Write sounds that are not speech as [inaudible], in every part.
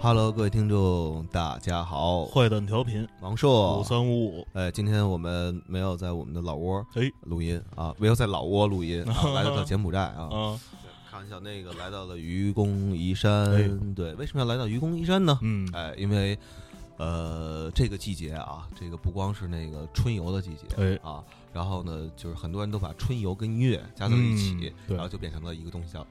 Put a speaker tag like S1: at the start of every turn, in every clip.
S1: Hello，各位听众，大家好，
S2: 坏蛋调频
S1: 王硕
S2: 五，三五五，
S1: 哎，今天我们没有在我们的老窝
S2: 哎，
S1: 录音啊，没有在老窝录音，
S2: [laughs]
S1: 啊、来到了柬埔寨啊，
S2: 啊，
S1: 开玩笑，那个来到了愚公移山，
S2: 哎
S1: 对，为什么要来到愚公移山呢？
S2: 嗯，
S1: 哎，因为呃，这个季节啊，这个不光是那个春游的季节，
S2: 哎
S1: 啊，然后呢，就是很多人都把春游跟音乐加到一起，
S2: 嗯对
S1: 然后就变成了一个东西叫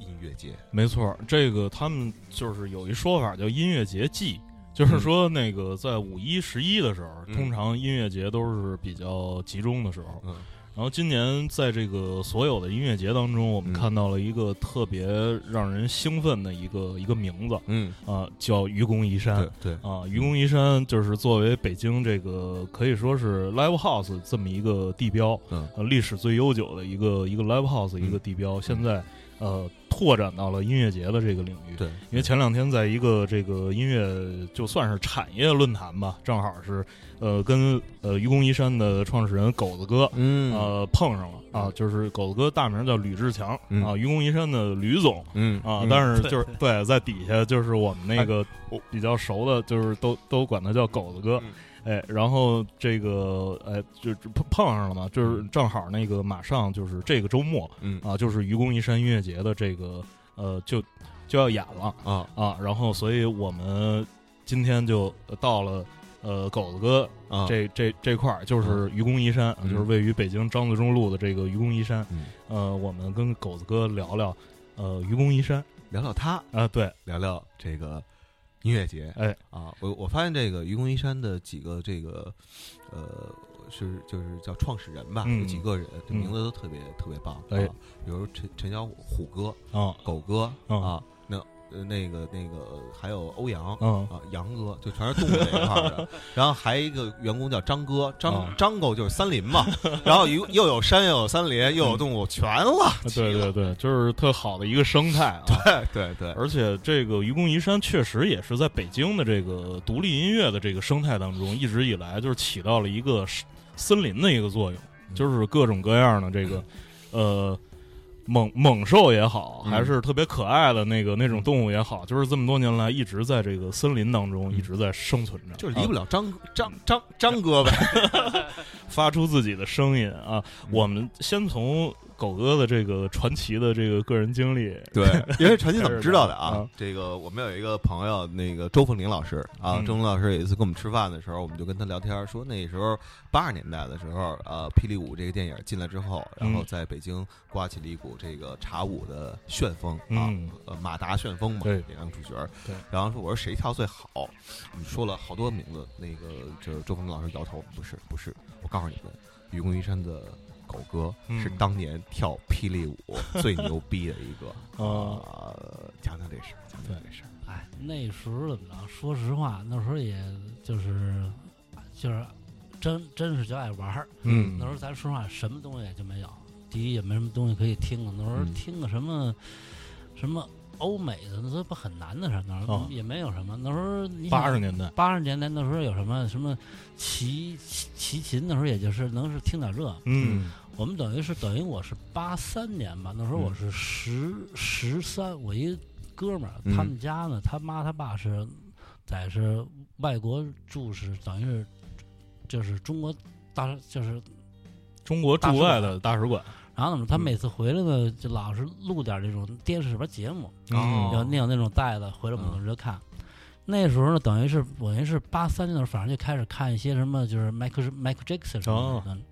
S1: 音乐节。
S2: 没错儿，这个他们就是有一说法叫音乐节季，就是说那个在五一、十一的时候，
S1: 嗯
S2: 通常音乐节都是比较集中的时候。
S1: 嗯
S2: 然后今年在这个所有的音乐节当中，我们
S1: 嗯
S2: 看到了一个特别让人兴奋的一个一个名字
S1: 嗯，
S2: 啊，叫愚公移山
S1: 对。嗯对，
S2: 啊，愚公移山就是作为北京这个可以说是 live house 这么一个地标，
S1: 嗯
S2: 呃，历史最悠久的一个一个 live house 一个地标，现在呃拓展到了音乐节的这个领域。
S1: 对，
S2: 因为前两天在一个这个音乐就算是产业论坛吧，正好是呃跟呃愚公移山的创始人狗子哥。
S1: 嗯
S2: 呃，碰上了啊，就是狗子哥大名叫吕志强、
S1: 嗯
S2: 啊，愚公移山的吕总
S1: 嗯
S2: 啊，
S1: 嗯
S2: 但是就是对，在底下就是我们那
S1: 哎
S2: 个比较熟的，就是都都管他叫狗子哥
S1: 嗯，
S2: 哎，然后这个哎就就碰碰上了嘛，就是正好那个马上就是这个周末
S1: 嗯
S2: 啊，就是愚公移山音乐节的这个呃就就要演了
S1: 啊
S2: 啊，然后所以我们今天就到了。呃，狗子哥
S1: 啊，
S2: 这这这块儿就是愚公移山，啊
S1: 嗯
S2: 就是位于北京张自忠路的这个愚公移山。
S1: 嗯
S2: 呃，我们跟狗子哥聊聊，呃，愚公移山
S1: 聊聊他，
S2: 啊，对，
S1: 聊聊这个音乐节。
S2: 哎
S1: 啊，我我发现这个愚公移山的几个这个呃是就是叫创始人吧，
S2: 嗯
S1: 有几个人，这
S2: 嗯
S1: 名字都特别、特别棒。
S2: 哎
S1: 啊，比如陈陈小虎虎哥、
S2: 啊，
S1: 狗哥、
S2: 嗯
S1: 啊，那呃那个那个还有欧阳。
S2: 嗯，
S1: 啊，杨哥就全是动物这一块儿
S2: [laughs]
S1: 的，然后还一个员工叫张哥，张、
S2: 啊
S1: 张狗就是森林嘛，然后又又有山又有森林又有动物，全了，齐
S2: 对
S1: 了
S2: 对对，就是特好的一个生态啊。
S1: 对啊
S2: [laughs]
S1: 对，
S2: 而且这个愚公移山确实也是在北京的这个独立音乐的这个生态当中，一直以来就是起到了一个是森林的一个作用，
S1: 嗯
S2: 就是各种各样的这个，呃。猛猛兽也好，
S1: 嗯
S2: 还是特别可爱的那个那种动物也好，就是这么多年来一直在这个森林当中
S1: 嗯
S2: 一直在生存着，
S1: 就是离
S2: 啊嗯
S1: 不了张张张张哥呗，
S2: 发出自己的声音啊。我们先从狗哥的这个传奇的这个个人经历，
S1: 对， [laughs] 因为传奇怎么知道的
S2: 开始
S1: 啊
S2: 的啊？
S1: 这个我们有一个朋友，那个周凤林老师啊，
S2: 嗯
S1: 周凤林老师有一次跟我们吃饭的时候，我们就跟他聊天，说那时候八十年代的时候，呃，《霹雳舞》这个电影进来之后，然后
S2: 嗯
S1: 在北京刮起了一股这个茶舞的旋风啊
S2: 嗯，
S1: 呃，马达旋风嘛，
S2: 对
S1: 两个主角儿
S2: 对，
S1: 然后说我说谁跳最好，你说了好多名字，那个就是周凤林老师摇头，不是不是，我告诉你们，愚公移山的。狗哥
S2: 嗯
S1: 是当年跳霹雳舞最牛逼的一个，
S2: 啊
S1: 啊，讲讲这事儿，讲讲这事儿。
S3: 哎，那时候怎么着？说实话，那时候也就是就是真真是就爱玩儿。
S2: 嗯
S3: 那时候咱说实话，什么东西也就没有，第一也没什么东西可以听了。啊那时候
S1: 嗯
S3: 听个什么、什么欧美的，那都不很难的事儿。那时
S2: 哦
S3: 候也没有什么。那时候你
S2: 八十
S3: 想
S2: 年代，
S3: 八十年代那时候有什么什么齐齐齐秦，那时候也就是能是听点这。
S2: 嗯
S3: 我们等于是等于我是八三年吧，那时候我是十十三，我一哥们儿，
S1: 嗯
S3: 他们家呢，他妈他爸是在是外国住是等于是就是中国大就是，
S2: 中国驻外的大使馆，
S3: 然后怎么他每次回来呢，就老是录点这种电视里边节目，
S2: 嗯
S1: 哦
S3: 有那有那种带的，回来我们
S1: 嗯
S3: 就直接看。那时候呢，等于是等于是八三年的时候，反正就开始看一些什么，就是 Michael Michael Jackson 什么的。嗯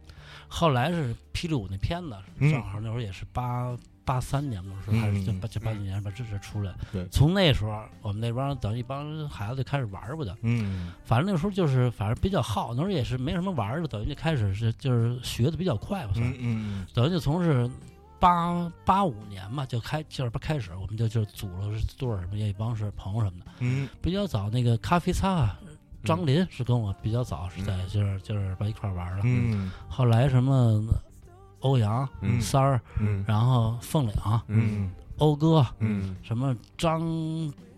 S3: 后来是霹雳舞那片子，
S2: 哦嗯
S3: 正好那会儿也是八八三年嘛，是
S2: 嗯
S3: 还是就
S2: 嗯
S3: 八九八几年吧，这是出来
S2: 对。
S3: 从那时候，我们那帮等于一帮孩子就开始玩儿吧，就
S2: 嗯
S3: 反正那时候就是反正比较好，那时候也是没什么玩儿的，等于就开始是就是学的比较快吧，算是。
S2: 嗯嗯
S3: 等于就从是八八五年嘛，就开就是不开始，我们就就组了队儿什么，一帮是朋友什么的。
S2: 嗯
S3: 比较早那个咖啡擦啊，张林是跟我比较早是在就是就是把一块儿玩儿了。
S2: 嗯
S3: 后来什么欧阳、
S1: 嗯
S3: 三儿，
S2: 嗯
S3: 然后凤岭、
S1: 嗯
S2: 嗯
S3: 欧哥，
S1: 嗯
S3: 什么张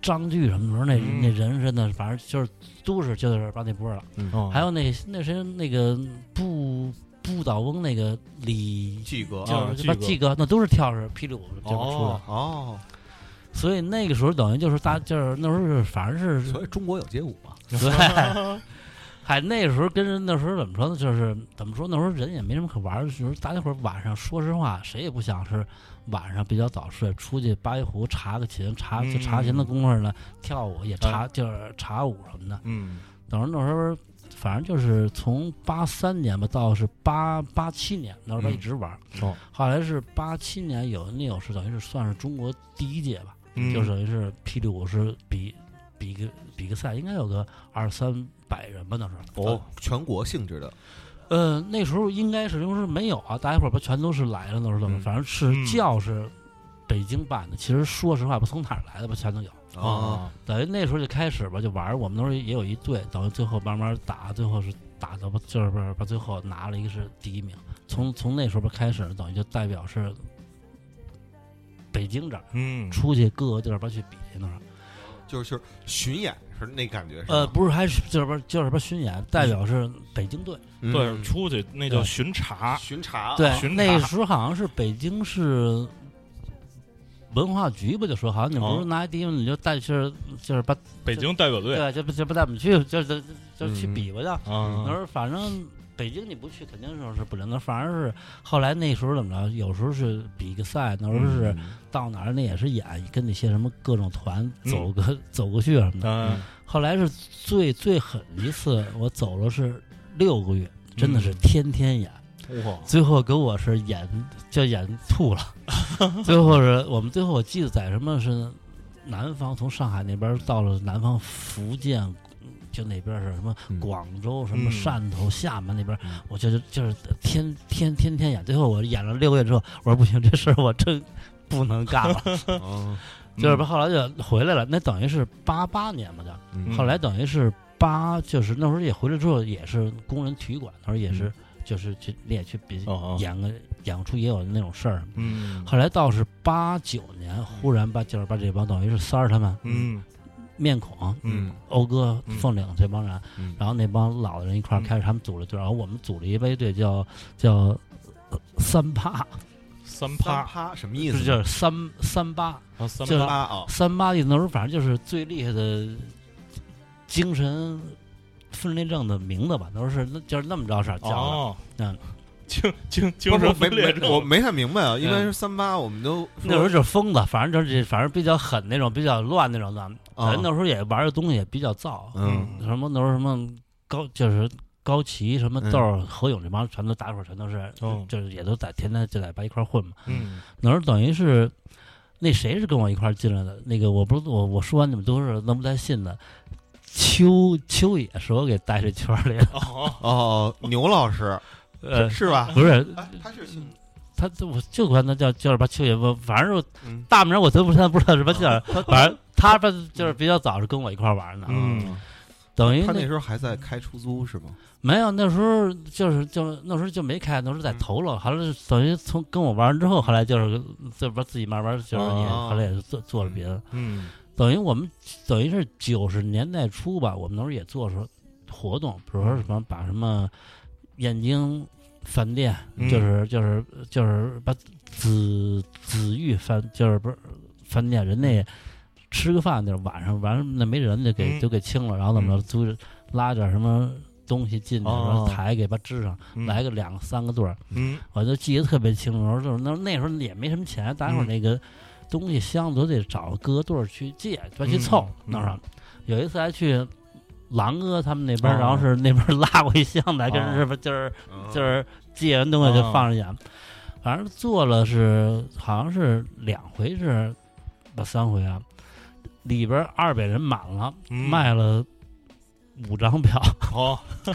S3: 张炬什么时候那、
S2: 嗯
S3: 那人是那反正就是都是就是把那波了。
S2: 哦
S3: 还有那那谁那个不不倒翁那个李
S1: 季哥
S2: 啊
S3: 就是把
S2: 季哥
S3: 季哥，那都是跳着霹雳舞这边出来。
S1: 哦，
S3: 所以那个时候等于就是大就是那时候是反正是
S1: 所以中国有街舞嘛，
S3: 对， [laughs] 嗨，那时候跟人那时候怎么说呢？就是怎么说？那时候人也没什么可玩儿的，就是大家伙儿晚上，说实话，谁也不想是晚上比较早睡，出去八一湖查个琴，查就查琴的功夫呢，跳舞也查，就是查舞什么的。
S2: 嗯，
S3: 等于那时候，反正就是从八三年吧，到是八八七年，那时候
S2: 嗯
S3: 一直玩儿。
S2: 哦
S3: 后来是八七年有那有是等于是算是中国第一届吧，
S2: 嗯
S3: 就是等于是霹雳舞是比比个比个赛，应该有个二三百人吧那时候。
S1: 哦，，全国性质的，
S3: 呃，那时候应该是就是没有啊，大家伙儿不全都是来了那时候怎么，
S2: 嗯
S3: 反正是
S2: 嗯
S3: 叫是北京办的，其实说实话不从哪儿来的吧全都有。
S2: 哦
S1: 啊，
S3: 等于那时候就开始吧，就玩儿。我们那时候也有一队，等于最后慢慢打，最后是打到吧，就是不是把最后拿了一个是第一名。从从那时候吧开始，等于就代表是北京这儿
S2: 嗯，
S3: 出去各个地儿吧去比那儿。
S1: 就是就是巡演是那感觉是吧
S3: 呃，，不是，还是就是不是就是不是巡演，代表是北京队。
S1: 嗯
S2: 对，出去那叫
S3: 对
S2: 巡查，
S1: 巡查
S3: 对
S1: 啊，
S2: 巡查
S3: 那时候好像是北京市文化局吧，就说好像你不
S2: 哦
S3: 是拿第一名，你就带去就是把
S2: 北京代表队
S3: 对，这不这不带我们去，就是就去
S1: 嗯
S3: 比吧就。那时
S2: 啊，
S3: 候反正北京你不去肯定是是不灵的，反而是后来那时候怎么着，有时候是比个赛，那时候是
S1: 嗯
S3: 到哪儿那也是演，跟那些什么各种团
S2: 嗯
S3: 走个、走过去什么的。
S2: 嗯，
S3: 后来是最最狠一次，我走了是六个月，真的是
S2: 嗯
S3: 天天演，
S2: 哇，
S3: 最后给我是演就演吐了。 [laughs] 最后是我们最后我记得在什么是南方，从上海那边到了南方福建。就那边是什么
S1: 嗯
S3: 广州、什么
S2: 嗯
S3: 汕头、厦门那边
S1: 嗯，
S3: 我就是就是天天天天演。最后我演了六个月之后，我说不行，这事儿我真不能干
S2: [laughs]
S3: 了。
S1: 啊
S3: 就是
S2: 嗯
S3: 吧后来就回来了，那等于是八八年嘛，就
S1: 嗯
S3: 后来等于是八，就是那时候也回来之后也是工人体育馆，那时候也是、就是去你也去比
S2: 嗯哦，
S3: 演个演个出也有那种事儿什么的。
S2: 嗯，
S3: 后来到是八九年，忽然把就是把这帮等于是三儿他们，，
S2: 嗯
S3: 面孔、
S2: 嗯
S3: 欧哥
S2: 嗯、
S3: 凤岭这帮人，
S1: 嗯
S3: 然后那帮老的人一块儿开始他们组了队，然后我们组了一微队叫叫呃三八，
S2: 三
S1: 三
S2: 趴
S1: 趴什么意
S3: 就
S1: 思？
S3: 是叫三三八
S2: 啊，三
S3: 就是
S1: 三
S2: 趴
S1: 趴啊，
S3: 三八的那时候，反正就是最厉害的精神分裂症的名字吧，那时候是那就是那么着事儿叫的。
S2: 哦，
S3: 嗯，
S2: [laughs] 精精精
S1: 不是
S2: 神
S1: 我
S2: 分裂
S1: 没没我
S2: 症，
S1: 没太明白啊，因为
S2: 嗯
S1: 是三八，我们都
S3: 那时候就是疯子，反正就是反正比较狠那种，比较乱那种的。
S1: 啊
S3: 咱那时候也玩的东西也比较燥，
S1: 嗯
S3: 什么那时候什么高就是高旗什么
S1: 嗯
S3: 豆儿、何勇这帮全都打伙全都是，
S2: 哦
S3: 就是也都在天天就在吧一块儿混嘛。
S2: 嗯
S3: 那时候等于是那谁是跟我一块儿进来的？那个我不是我我说完你们都是能不带信的。秋秋野是我给带这圈儿里的，
S2: 哦，
S1: 哦，牛老师
S3: 呃，
S1: 是吧？
S3: 不是
S1: 哎，他是姓
S3: 他，就我就管他叫叫什么秋野，我反正我
S1: 嗯
S3: 大名我都不现在不知道什么叫，反正他吧就是比较早是跟我一块儿玩儿的，
S2: 嗯，
S3: 等于
S1: 他
S3: 那
S1: 那时候还在开出租是吗？
S3: 没有，那时候就是就那时候就没开，那时候在头了，后来等于从跟我玩完之后，后来就是这边自己慢慢就是也、
S1: 哦
S3: 后来也是做做了别的，
S2: 嗯
S3: 等于我们等于是九十年代初吧，我们那时候也做出活动，比如说什么把什么燕京饭店，
S2: 嗯
S3: 就是就是就是把紫紫玉饭就是不是饭店人那吃个饭就是晚上完了那没人就给、
S2: 嗯
S3: 就给清了，然后怎么着
S2: 嗯
S3: 租着拉点什么东西进去，
S2: 哦
S3: 然后台给把支上，
S2: 嗯
S3: 来个两个三个对儿，
S2: 嗯
S3: 我就记得特别清楚。然后就是那那时候也没什么钱，大家伙儿
S2: 嗯
S3: 那个东西箱子都得找各个队儿去借，就去凑。
S2: 嗯
S3: 那时候有一次还去狼哥他们那边儿，
S2: 哦
S3: 然后是那边儿拉过一箱子，还跟
S2: 哦
S3: 人是不是就是就是借完东西就放着演，反正做了是好像是两回是吧三回啊，里边二百人满了，
S2: 嗯
S3: 卖了五张票。
S2: 哦， [laughs]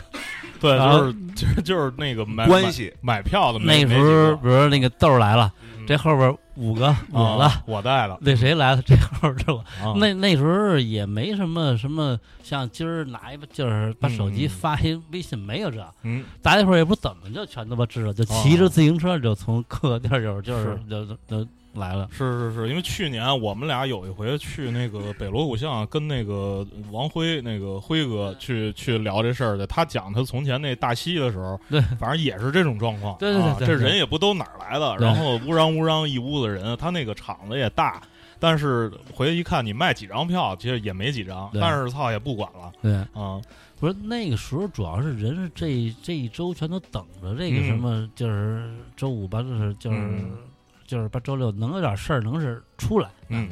S2: 对，
S3: 然后
S2: 就是就是就是那个买
S1: 关系
S2: 买买票的哦没嗯
S3: 那时候比如说那个豆儿来了，这后边五个我了。
S2: 了，啊我带了，
S3: 那谁来 [laughs] 了？这后边是我。
S2: 啊
S3: 那那时候也没什么什么，像今儿拿一个就是把手机
S2: 嗯
S3: 发一微信，没有这，
S2: 嗯
S3: 大家伙儿也不怎么就全他妈知道，就骑
S2: 哦
S3: 着自行车就从各个地儿就是是就就就来了。
S2: 是是是，因为去年我们俩有一回去那个北锣鼓巷，跟那个王辉那个辉哥去去聊这事儿去，他讲他从前那大西的时候，
S3: 对，
S2: 反正也是这种状况。
S3: 对对对
S2: 啊
S3: 对
S2: 这
S3: 对
S2: 人也不都哪儿来的，
S3: 对
S2: 然后乌嚷乌嚷一屋子人，他那个场子也大。但是回去一看，你卖几张票，其实也没几张，
S3: 对
S2: 但是操也不管了
S3: 对，
S2: 啊、
S3: 不是那个时候，主要是人是这一这一周全都等着这个
S2: 嗯
S3: 什么，就是周五吧，就是就是、
S2: 嗯
S3: 就是把周六能有点事儿能是出来，
S2: 嗯，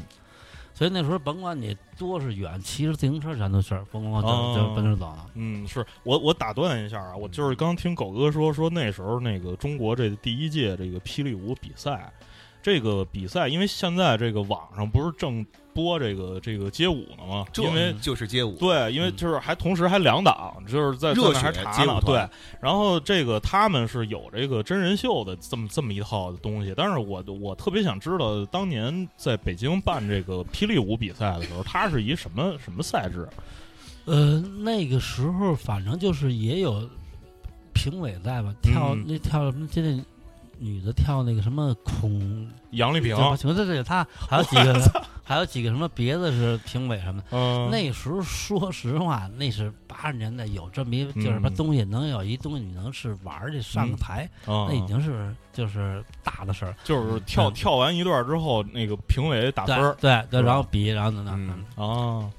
S3: 所以那时候甭管你多是远，骑着自行车全都是嘣嘣嘣
S2: 哦
S3: 就就奔着走了。
S2: 嗯，是我我打断一下啊，
S1: 嗯
S2: 我就是刚听狗哥说说那时候那个中国这第一届这个霹雳舞比赛，这个比赛因为现在这个网上不是正播这个这个街舞呢吗？因为
S1: 就是街舞，
S2: 对，因为就是还同时还两档，就是在
S1: 嗯
S2: 在
S1: 热
S2: 那还
S1: 血
S2: 查
S1: 街舞
S2: 呢。对
S1: 团，
S2: 然后这个他们是有这个真人秀的这么这么一套的东西，但是我我特别想知道，当年在北京办这个霹雳舞比赛的时候，它是一什么什么赛制？
S3: 呃，那个时候反正就是也有评委在吧，跳、
S2: 嗯
S3: 那跳什么就那女的跳那个什么孔
S2: 杨丽萍，
S3: 对对对，他还有几个，还有几个什么别的是评委什么的。
S2: 嗯，
S3: 那时候说实话，那是八十年代有这么一就是什么
S2: 嗯嗯
S3: 东西，能有一东西你能是玩儿去上个台，
S2: 那
S3: 那已经是就是大的事儿。
S2: 就是跳
S3: 嗯
S2: 跳完一段之后，那个评委打分
S3: 对
S2: 儿
S3: 对对，
S2: 是吧
S3: 然后比，然后怎么样
S1: 嗯
S2: 啊，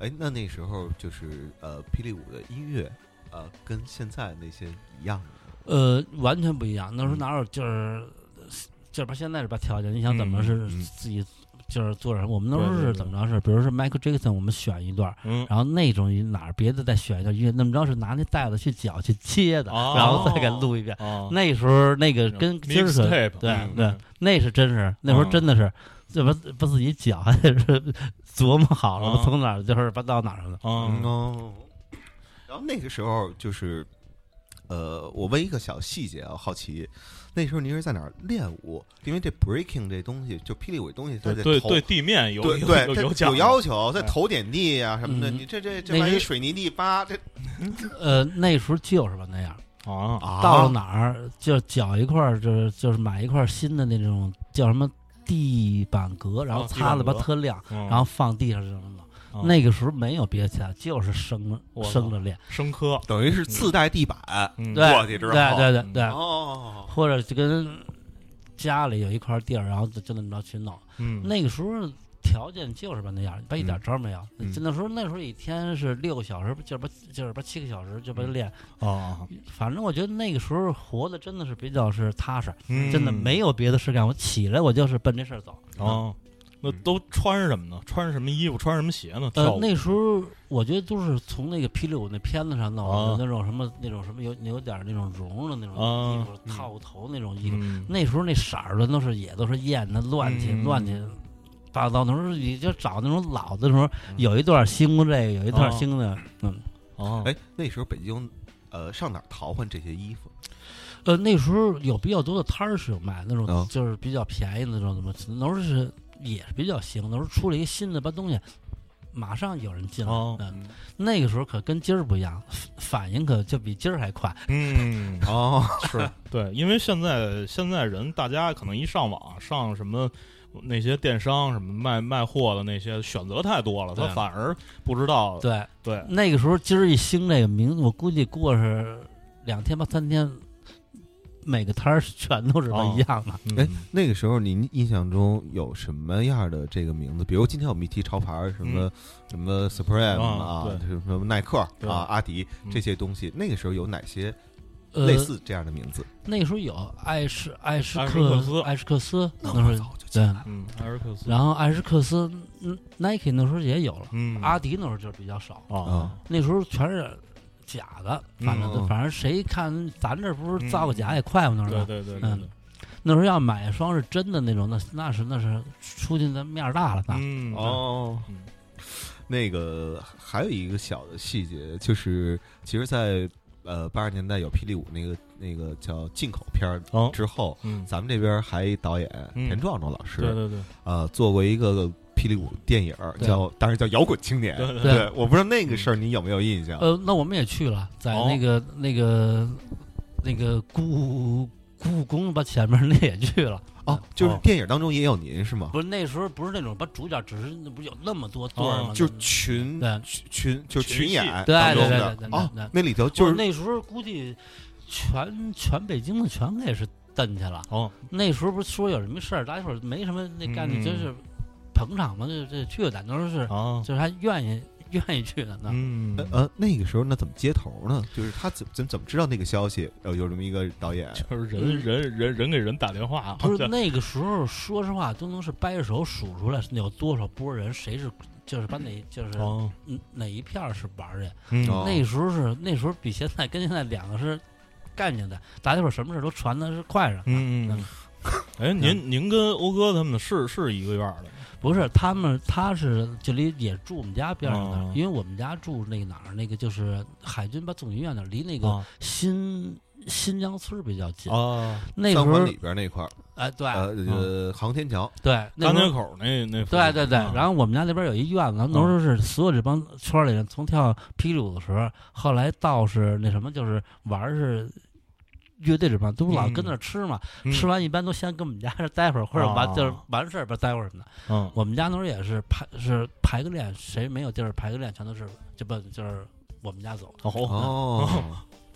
S1: 哎，那那时候就是呃，霹雳舞的音乐，呃，跟现在那些一样吗，
S3: 呃，完全不一样。那时候
S1: 嗯
S3: 哪有就是这边现在这边条件，你想怎么是
S1: 嗯嗯
S3: 自己就是做什么？我们那时
S2: 对
S3: 候
S2: 对
S3: 是
S2: 对
S3: 怎么着是，比如说 Michael Jackson，我们选一段，
S2: 嗯，
S3: 然后那种哪儿别的再选一段音乐，那么着是拿那袋子去搅去切的，
S2: 哦
S3: 然后再给录一遍。
S2: 啊，
S3: 那时候那个跟今儿是，
S2: mixtape，
S3: 对
S2: 嗯
S3: 对，那是真是那时候
S2: 嗯
S3: 真的是，这不不自己搅，还得是琢磨好
S2: 嗯
S3: 了从哪儿就是把到哪儿了。
S2: 嗯
S1: 哦。然后那个时候就是，呃，我问一个小细节啊，好奇，那时候您是在哪儿练舞？因为这 breaking 这东西，就霹雳舞这东西，它得
S2: 对
S1: 头
S2: 对，地面有
S1: 对
S2: 有
S1: 对，
S2: 有
S1: 它
S2: 有讲
S1: 有
S2: 究
S1: 要求，在头点地啊什么的，
S3: 嗯
S1: 你这这这
S3: 那
S1: 万一
S3: 是
S1: 水泥地扒这
S3: 呃，那时候就是吧那样，
S2: 啊，
S1: 啊
S3: 到了哪儿就搅一块儿，就是就是买一块儿新的那种叫什么地板革，然后
S2: 啊地
S3: 擦
S2: 板嗯
S3: 的吧
S2: 革
S3: 特亮，
S2: 然
S3: 然后放地上这么弄。
S2: 啊
S3: 那个时候没有别的其他，就是生着
S2: 我操
S3: 生着练。
S2: 生科，
S1: 等于是自带地板
S2: 嗯
S3: 对
S1: 过去之后，
S3: 对对对
S2: 嗯
S3: 对，
S1: 哦，
S3: 或者就跟家里有一块地儿，然后就就那么着去弄。
S2: 嗯，
S3: 那个时候条件就是吧那样，吧一点招没有。
S1: 嗯
S3: 就那时候那时候一天是六个小时，就是吧就是吧七个小时就吧练。
S2: 啊，
S3: 反正我觉得那个时候活的真的是比较是踏实，
S2: 嗯
S3: 真的没有别的事干。我起来我就是奔这事儿走。
S2: 啊。那
S1: 嗯
S2: 都穿什么呢？穿什么衣服？穿什么鞋呢？跳
S3: 呃
S2: 舞，
S3: 那时候我觉得都是从那个霹雳舞那片子上弄的、
S2: 啊
S3: 那种什么那种什么有有点那种绒的那种
S2: 啊
S3: 衣服，
S1: 嗯
S3: 套头那种衣服。
S2: 嗯
S3: 那时候那色儿的都是也都是艳的乱七
S2: 嗯
S3: 乱七八糟。那时候你就找那种老的时候，
S2: 嗯
S3: 有一段兴这个，有一
S2: 哦
S3: 段兴的。嗯，
S2: 啊，
S1: 哎，那时候北京，呃，上哪儿淘换这些衣服？
S3: 呃，那时候有比较多的摊儿是有卖那
S1: 啊
S2: 哦
S3: 种，就是比较便宜的那种什么，那时候是也是比较兴。那时候出了一个新的吧东西，马上有人进来。
S2: 哦
S3: 嗯，那个时候可跟今儿不一样，反应可就比今儿还快。
S2: 嗯，
S1: 哦， [laughs]
S2: 是 [laughs] 对，因为现在现在人大家可能一上网上什么那些电商什么卖卖货的那些选择太多了，他
S3: 对
S2: 反而不知
S1: 哦
S2: 道
S3: 对，
S2: 对
S3: 那个时候今儿一兴这个名，我估计过是两天吧三天，每个摊儿全都是不一样的。
S2: 嗯
S1: 哎，那个时候您印象中有什么样的这个名字？比如今天我们一提潮牌儿，什么、什么 Supreme
S2: 嗯啊
S1: 啊，
S2: 对
S1: 什么耐克
S2: 对
S1: 啊、阿迪
S2: 嗯
S1: 这些东西，那个时候有哪些
S3: 呃
S1: 哦类似这样的名字？
S3: 那时候有艾什艾什
S2: 艾什克
S3: 克
S2: 斯
S3: 艾什克斯，
S1: 那
S3: 那时
S1: 早
S3: 候
S1: 就记
S3: 对，
S2: 嗯，埃尔克斯，
S3: 然后艾什克斯嗯 Nike 那时候也有了，
S2: 嗯
S3: 阿哦迪那时候就比较少，
S2: 啊
S3: 那时候全是假的，反正、
S1: 嗯
S3: 反正谁看咱这不是
S2: 嗯
S3: 造个假也快吗？那时
S2: 对
S3: 候、
S2: 对对对
S3: 嗯
S2: 对，
S3: 那时候要买一双是真的那种，那那是那是出去的面儿大了，那、
S2: 嗯
S1: 哦
S2: 嗯
S1: 那个还有一个小的细节，就是其实在，呃八十年代有霹雳舞那个那个叫进口片儿
S2: 哦
S1: 之后，
S2: 嗯，
S1: 咱们这边还有一导演
S2: 嗯
S1: 田壮壮老师，
S2: 对对对
S1: 呃，做过一个霹雳舞电影儿，
S2: 对
S1: 叫当时叫《摇滚青年》。
S2: 对对
S3: 对嗯
S1: 我不知道那个事儿你有没有印象？
S3: 呃，那我们也去了，在
S2: 哦
S3: 那个、那个那个故故宫吧前面那也去了。
S1: 哦，就是
S2: 哦
S1: 电影当中也有您是吗？
S3: 不是那时候不是那种把主角，只是那不是有那么多对儿
S2: 哦
S3: 吗？
S1: 就是群
S3: 对
S1: 群群就是
S2: 群
S1: 群
S2: 戏
S1: 演
S3: 对
S1: 当中
S3: 对对对
S1: 的
S3: 对对对
S1: 哦，那里头就是
S3: 那时候估计全全北京的全给是蹬去了。
S2: 哦
S3: 那时候不是说有什么事儿，大家伙儿没什么那概念，
S2: 嗯
S3: 真是捧场嘛，这这去的都是
S2: 啊，
S3: 就是还愿意愿意去的呢。
S2: 嗯，
S1: 呃呃，那个时候那怎么接头呢？就是他怎怎怎么知道那个消息？呃，有这么一个导演，
S2: 就是人人人人给人打电话，
S3: 呃嗯
S2: 啊
S3: 不是
S2: 对
S3: 那个时候，说实话都能是掰着手数出来有多少波人，谁是就是把
S2: [laughs]
S3: 哪就是、
S2: 哦，
S3: 嗯哪一片儿是玩儿的。
S2: 嗯
S1: 哦
S3: 那时候是那时候比现在跟现在两个是干净的，大家伙儿什么事儿都传的是快上。
S2: 嗯嗯
S3: 嗯， [laughs]
S2: 哎，您您跟欧哥他们是是一个院儿的
S3: 不是他们，他是就离也住我们家边上的，
S2: 哦
S3: 因为我们家住那个哪儿，那个就是海军吧总医院那儿，离那
S1: 哦
S3: 个
S2: 啊
S3: 新、新疆村儿比较近。
S2: 啊，
S3: 那时
S1: 三环
S3: 候
S1: 里边那块儿，
S3: 哎，对、
S1: 呃呃，航天桥，
S3: 对，那
S2: 张
S3: 时
S2: 家
S3: 候
S2: 口那那附近
S3: 对对对，
S2: 啊
S3: 然后我们家那边有一院子，那时候是所有这帮圈里人从跳霹雳舞的时候，后来到是那什么，就是玩儿是乐队这帮，都老跟那儿吃嘛，
S2: 嗯
S3: 吃完一般都先跟我们家这儿待会儿，或者完、
S2: 啊
S3: 就是完事儿吧，待会儿什么的。
S2: 嗯
S3: 我们家那时候也是排是排个练，谁没有地儿排个练，全都是就不就是我们家走的。
S2: 哦，
S1: 哦，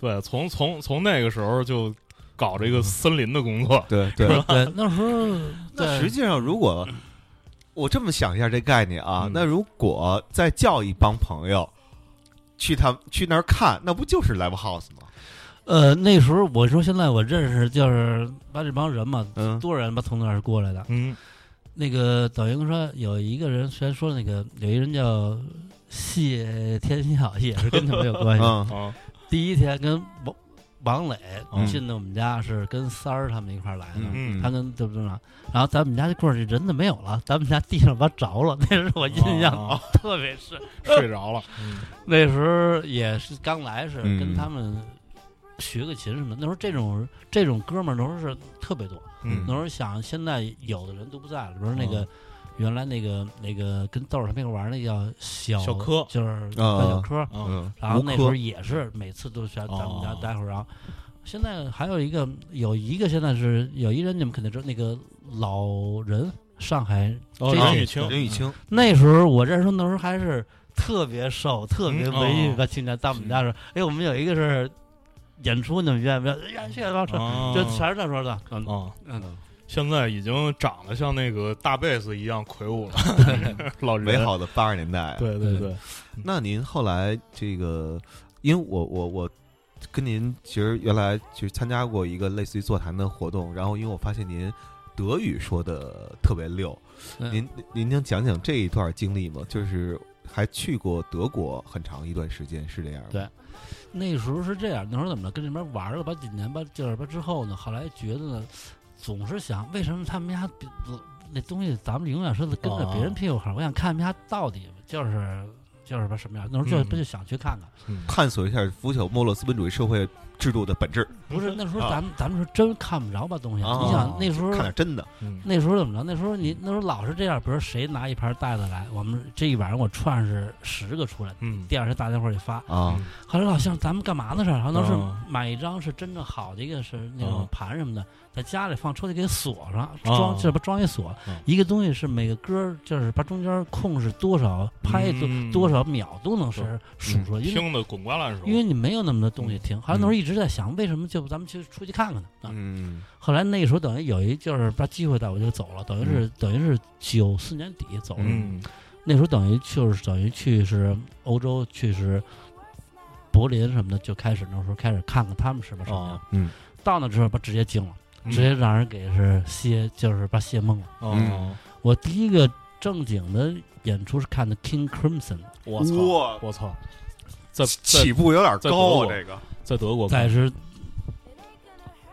S2: 对，从从从那个时候就搞这个森林的工作，
S1: 对
S3: [laughs]
S1: 对，
S3: 对，那时候
S1: 那
S3: 对
S1: 实际上，如果我这么想一下这概念啊，
S2: 嗯
S1: 那如果再叫一帮朋友去他们去那儿看，那不就是 live house 吗？
S3: 呃那时候我说现在我认识就是把这帮人嘛，
S1: 嗯
S3: 多人吧从那儿过来的。
S2: 嗯
S3: 那个抖音说有一个人，虽然说那个有一人叫谢天笑，也是跟他们有关系。
S1: 嗯
S2: 啊
S3: 第一天跟王王磊
S2: 嗯
S3: 进的我们家是跟三儿他们一块儿来的，
S2: 嗯
S3: 他跟对不对嘛？然后咱们家这块儿人怎么没有了？咱们家地上把着了，那是我 [laughs] 印象
S2: 哦
S3: 特别深。
S2: 睡着了，嗯
S3: 那时候也是刚来，是
S1: 嗯
S3: 跟他们学个琴什么的。那时候这种这种哥们儿，那时候是特别多。
S2: 嗯
S3: 那时候想，现在有的人都不在了，比如那个、
S2: 嗯
S3: 原来那个那个跟豆儿他们一块玩儿那叫小
S2: 小柯
S3: 就是
S1: 啊
S3: 叫小柯。
S2: 啊哦
S1: 嗯，
S3: 然后
S1: 吴
S3: 那时
S1: 科
S3: 候也是每次都是在咱们家待会儿，然后现在还有一个有一个现在是有一人你们肯定知道那个老人上海
S2: 哦
S3: 这
S2: 任
S3: 个
S2: 宇清
S1: 嗯任宇清，
S3: 那时候我认识那时候还是特别瘦，特别
S2: 嗯
S3: 文艺
S2: 哦
S3: 个青年。到我们家的时候，哎，我们有一个是演出，你们愿不愿意？哎愿意去，老师，
S2: 啊
S3: [laughs] 就全是那时候的。嗯
S2: 啊，
S3: 嗯，
S2: [laughs] 现在已经长得像那个大贝斯一样魁梧
S3: [laughs]
S2: 了，老人
S1: 美，好的八十年代。，
S2: 嗯
S1: 啊
S2: 对对对，
S1: 那您后来这个，因为我我我跟您其实原来其实参加过一个类似于座谈的活动，然后因为我发现您。德语说的特别溜，
S3: 嗯
S1: 您您能讲讲这一段经历吗？就是还去过德国很长一段时间，是这样吗？
S3: 对那时候是这样，那时候怎么着，跟这边玩了吧几年吧，就是吧之后呢，后来觉得呢，总是想为什么他们家比那东西，咱们永远是跟着别人屁股后，我想看他们家到底就是就是吧什么样。那时候就
S2: 嗯
S3: 不就想去看看。
S2: 嗯
S1: 探索一下腐朽没落资本主义社会制度的本质，
S3: 不
S2: 嗯
S3: 是那时候
S1: 啊
S3: 咱们、咱们是真看不着吧东西，
S1: 啊
S3: 你想那时候
S1: 看点真的。
S2: 嗯
S3: 那时候怎么着？那时候你那时候老是这样，比如谁拿一盘袋子来，我们这一晚上我串是十个出来，
S2: 嗯
S3: 第二天大家伙儿就发。
S1: 啊
S2: 嗯
S3: 后来老乡，咱们干嘛呢？是，然后都是
S2: 嗯
S3: 买一张是真正好的一个是那
S2: 嗯
S3: 种盘什么的，在家里放抽屉给锁上，
S2: 嗯
S3: 装这不装一锁
S2: 嗯，
S3: 一个东西是每个歌儿就是把中间空是多少拍多
S2: 嗯
S3: 多少秒都能是数出来，因为
S2: 听得滚瓜烂熟，
S3: 因为你没有那么多东西
S2: 嗯
S3: 听。后来那时候一直在想，为什么就咱们去出去看看呢？啊，
S1: 嗯
S3: 后来那时候等于有一就是把机会到我就走了，等于是、等于是九四年底走了。
S2: 嗯
S3: 那时候等于就是等于去是欧洲去是柏林什么的，就开始那时候开始看看他们是不是什么样。
S2: 哦
S1: 嗯，
S3: 到那之后把直接惊了，
S2: 嗯
S3: 直接让人给是歇就是把歇懵了。
S2: 哦，
S3: 我第一个正经的演出是看的 King Crimson，
S2: 我操我操，在在
S1: 起步有点
S2: 在德
S1: 高啊，
S2: 国
S1: 这个
S2: 在德国
S3: 再
S2: 看
S3: 是。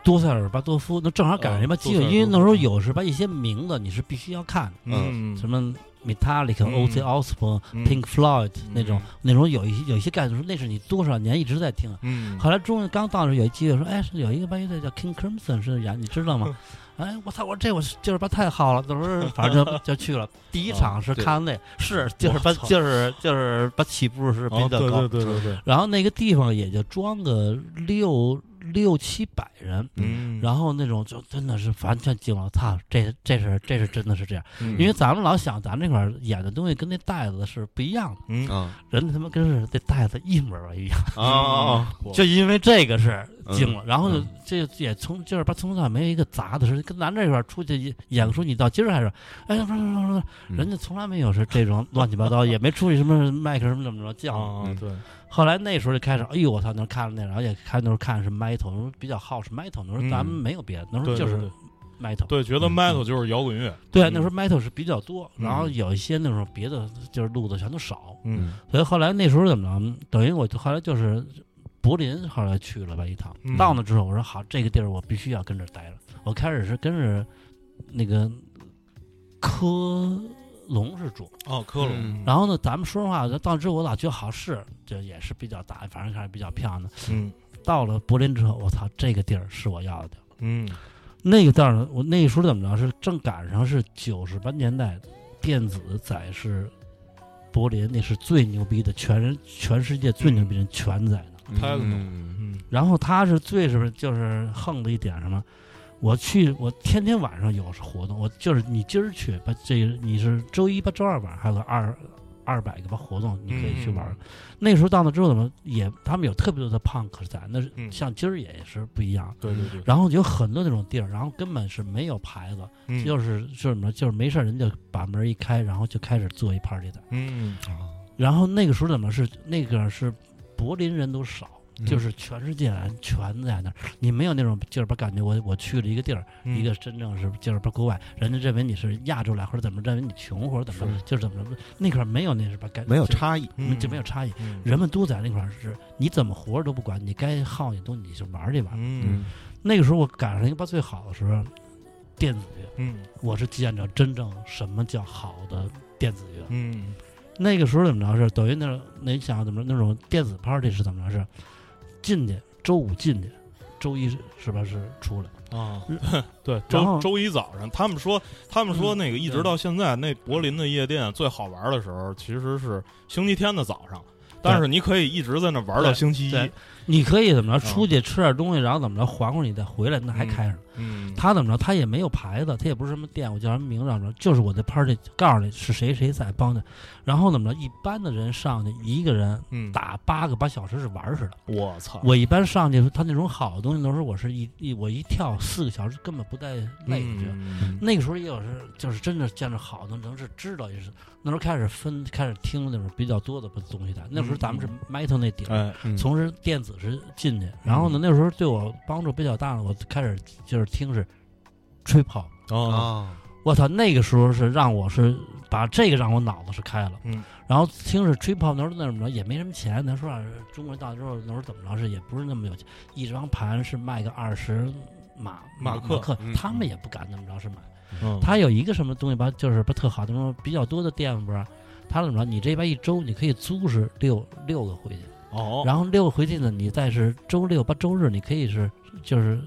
S3: 多塞尔巴多夫，那正好赶上一把
S2: 哦
S3: 机
S2: 多
S3: 会，
S2: 塞尔
S3: 因为
S2: 多
S3: 那
S2: 夫
S3: 时候有时吧一些名字你是必须要看的，
S2: 嗯
S3: 什么 Metallica、
S2: 嗯
S3: O.C. Osbourne、
S2: 嗯
S3: Pink Floyd
S2: 嗯
S3: 那种，那种有一有一些概念说那是你多少年一直在听。
S2: 嗯
S3: 后来终于刚到那儿有一机会说，哎，是有一个乐队叫 King Crimson 是演，你知道
S2: [laughs]
S3: 吗？哎，我操！我这我劲儿吧太好了，怎么是反正就就去了。第一场是
S1: 对
S3: 看那，是就是
S2: 我
S3: 吧，
S2: 哦操
S3: 就是就是吧，起步是比
S2: 哦
S3: 较高，
S2: 对对对对对，
S3: 然后那个地方也就装个六六七百人，
S2: 嗯
S3: 然后那种就真的是完全惊了，操！这这是这是真的是这样。
S2: 因
S3: 因为咱们老想咱这块儿演的东西跟那袋子是不一样的，
S2: 嗯
S1: 啊
S3: 人他妈跟是这袋子一模儿一样，
S1: 啊，
S2: 我
S3: 就因为这个事儿，惊了。然后
S1: 嗯
S3: 这也从就是吧，从小没有一个杂的事，跟咱这块儿出去演演出，你到今儿还是，哎呀，不是不是不是不是，
S2: 嗯
S3: 人家从来没有是这种乱七八糟，也没出去什么麦克什么怎么着叫。
S2: 啊
S1: 嗯，
S2: 对，
S3: 后来那时候就开始，哎呦我操，那看了那，然后也看那时候看是 metal，那时候比较好是 metal，那时候咱们
S2: 嗯
S3: 没有别的，那时候
S2: 对
S3: 就是
S2: 对对
S3: metal。
S2: 对，觉得 metal 就是摇滚乐，
S3: 对
S2: 嗯
S3: 那时候 metal 是比较多，
S2: 嗯
S3: 然后有一些那种别的就是路子全都少，
S2: 嗯
S3: 所以后来那时候怎么着，等于我就后来就是柏林，后来去了吧一趟，
S2: 嗯
S3: 到那之后我说好，这个地儿我必须要跟这儿待着。我开始是跟着那个科隆是住，
S2: 哦，科隆，
S1: 嗯
S3: 然后呢，咱们说实话，到之后我老觉得好是，这也是比较大，反正还是比较漂亮的。
S2: 嗯
S3: 到了柏林之后，我操，这个地儿是我要的地儿。
S2: 嗯
S3: 那个地儿呢，我那时候怎么着是正赶上是九十八年代，电子在是柏林，那是最牛逼的，全人全世界最牛逼人全在那。
S2: 拍得懂
S1: 嗯
S2: 嗯
S3: 然后他是最是不是就是横的一点什么？我去，我天天晚上有活动，我就是你今儿去吧，这个你是周一吧，周二晚上还有个二二百个吧活动，你可以去玩。
S2: 嗯
S3: 那时候到那之后怎么也他们有特别多的 punk 在，那是
S2: 嗯
S3: 像今儿也是不一样。
S2: 对对对，
S3: 然后有很多那种地儿，然后根本是没有牌子，
S2: 嗯
S3: 就是就是什么，就是没事儿人家把门一开，然后就开始做一 party 的。
S2: 嗯
S1: 啊
S3: 然后那个时候怎么是那个是柏林人都少，
S1: 嗯
S3: 就是全世界人全在那儿，你没有那种就是把感觉我我去了一个地儿，
S2: 嗯
S1: 嗯
S3: 一个真正是就是把国外，人家认为你是亚洲来或者怎么认为你穷或者怎么着，就是怎么着，那块儿没有那什么感，
S1: 没有
S3: 就
S1: 差异，
S2: 嗯
S3: 就没有差异，
S2: 嗯
S3: 人们都在那块儿是，你怎么活着都不管，你该耗你都你就玩儿去吧。
S2: 嗯
S3: 那个时候我赶上一个吧最好的时候，电子乐，
S2: 嗯
S3: 我是见着真正什么叫好的电子乐。
S2: 嗯
S3: 那个时候怎么着是等于那种那你想怎么着那种电子 party 是怎么着是进去周五进去，周一是是吧是出来，
S2: 啊
S3: 嗯，
S2: [laughs] 对，
S3: 然
S2: 周
S3: 后嗯
S2: 周一早上，他们说，他们说那个一直到现在，那柏林的夜店最好玩的时候其实是星期天的早上，但是你可以一直在那玩到
S3: 对
S2: 星期一
S3: 对，你可以怎么着
S2: 嗯
S3: 出去吃点东西，然后怎么着缓会儿你再回来，那还开着呢。
S2: 嗯，
S3: 他怎么着他也没有牌子，他也不是什么店，我叫什么名字怎么着，就是我的 party 告诉你是谁谁在帮的，然后怎么着一般的人上去一个人
S2: 嗯，
S3: 打八个八小时是玩儿似的。
S2: 我操，
S3: 我一般上去，他那种好的东西，都是我是一一我一跳四个小时，根本不带累的。就
S2: 嗯
S3: 那个时候也有是，就是真的见着好的，能是知道也是。那时候开始分，开始听那种比较多的东西的。那时候咱们是 metal 那顶，
S2: 哎，
S1: 嗯
S3: 从是电子是进去。然后呢，那时候对我帮助比较大的，我开始就是听是吹泡。
S2: 啊，
S1: 啊，
S3: 我操，那个时候是让我是把这个让我脑子是开了，
S2: 嗯，
S3: 然后听是吹泡，那时候那怎么着也没什么钱，咱说实话中国人到之后那时候怎么着是也不是那么有钱，一张盘是卖个二十马
S2: 马
S3: 马
S2: 克
S1: 嗯
S3: 他们也不敢那么着是买，
S2: 嗯
S3: 他有一个什么东西吧，就是不特好的那种比较多的店不是。他怎么着？你这边一周你可以租是六六个回去，
S2: 哦，
S3: 然后六个回去呢，你再是周六吧周日，你可以是就是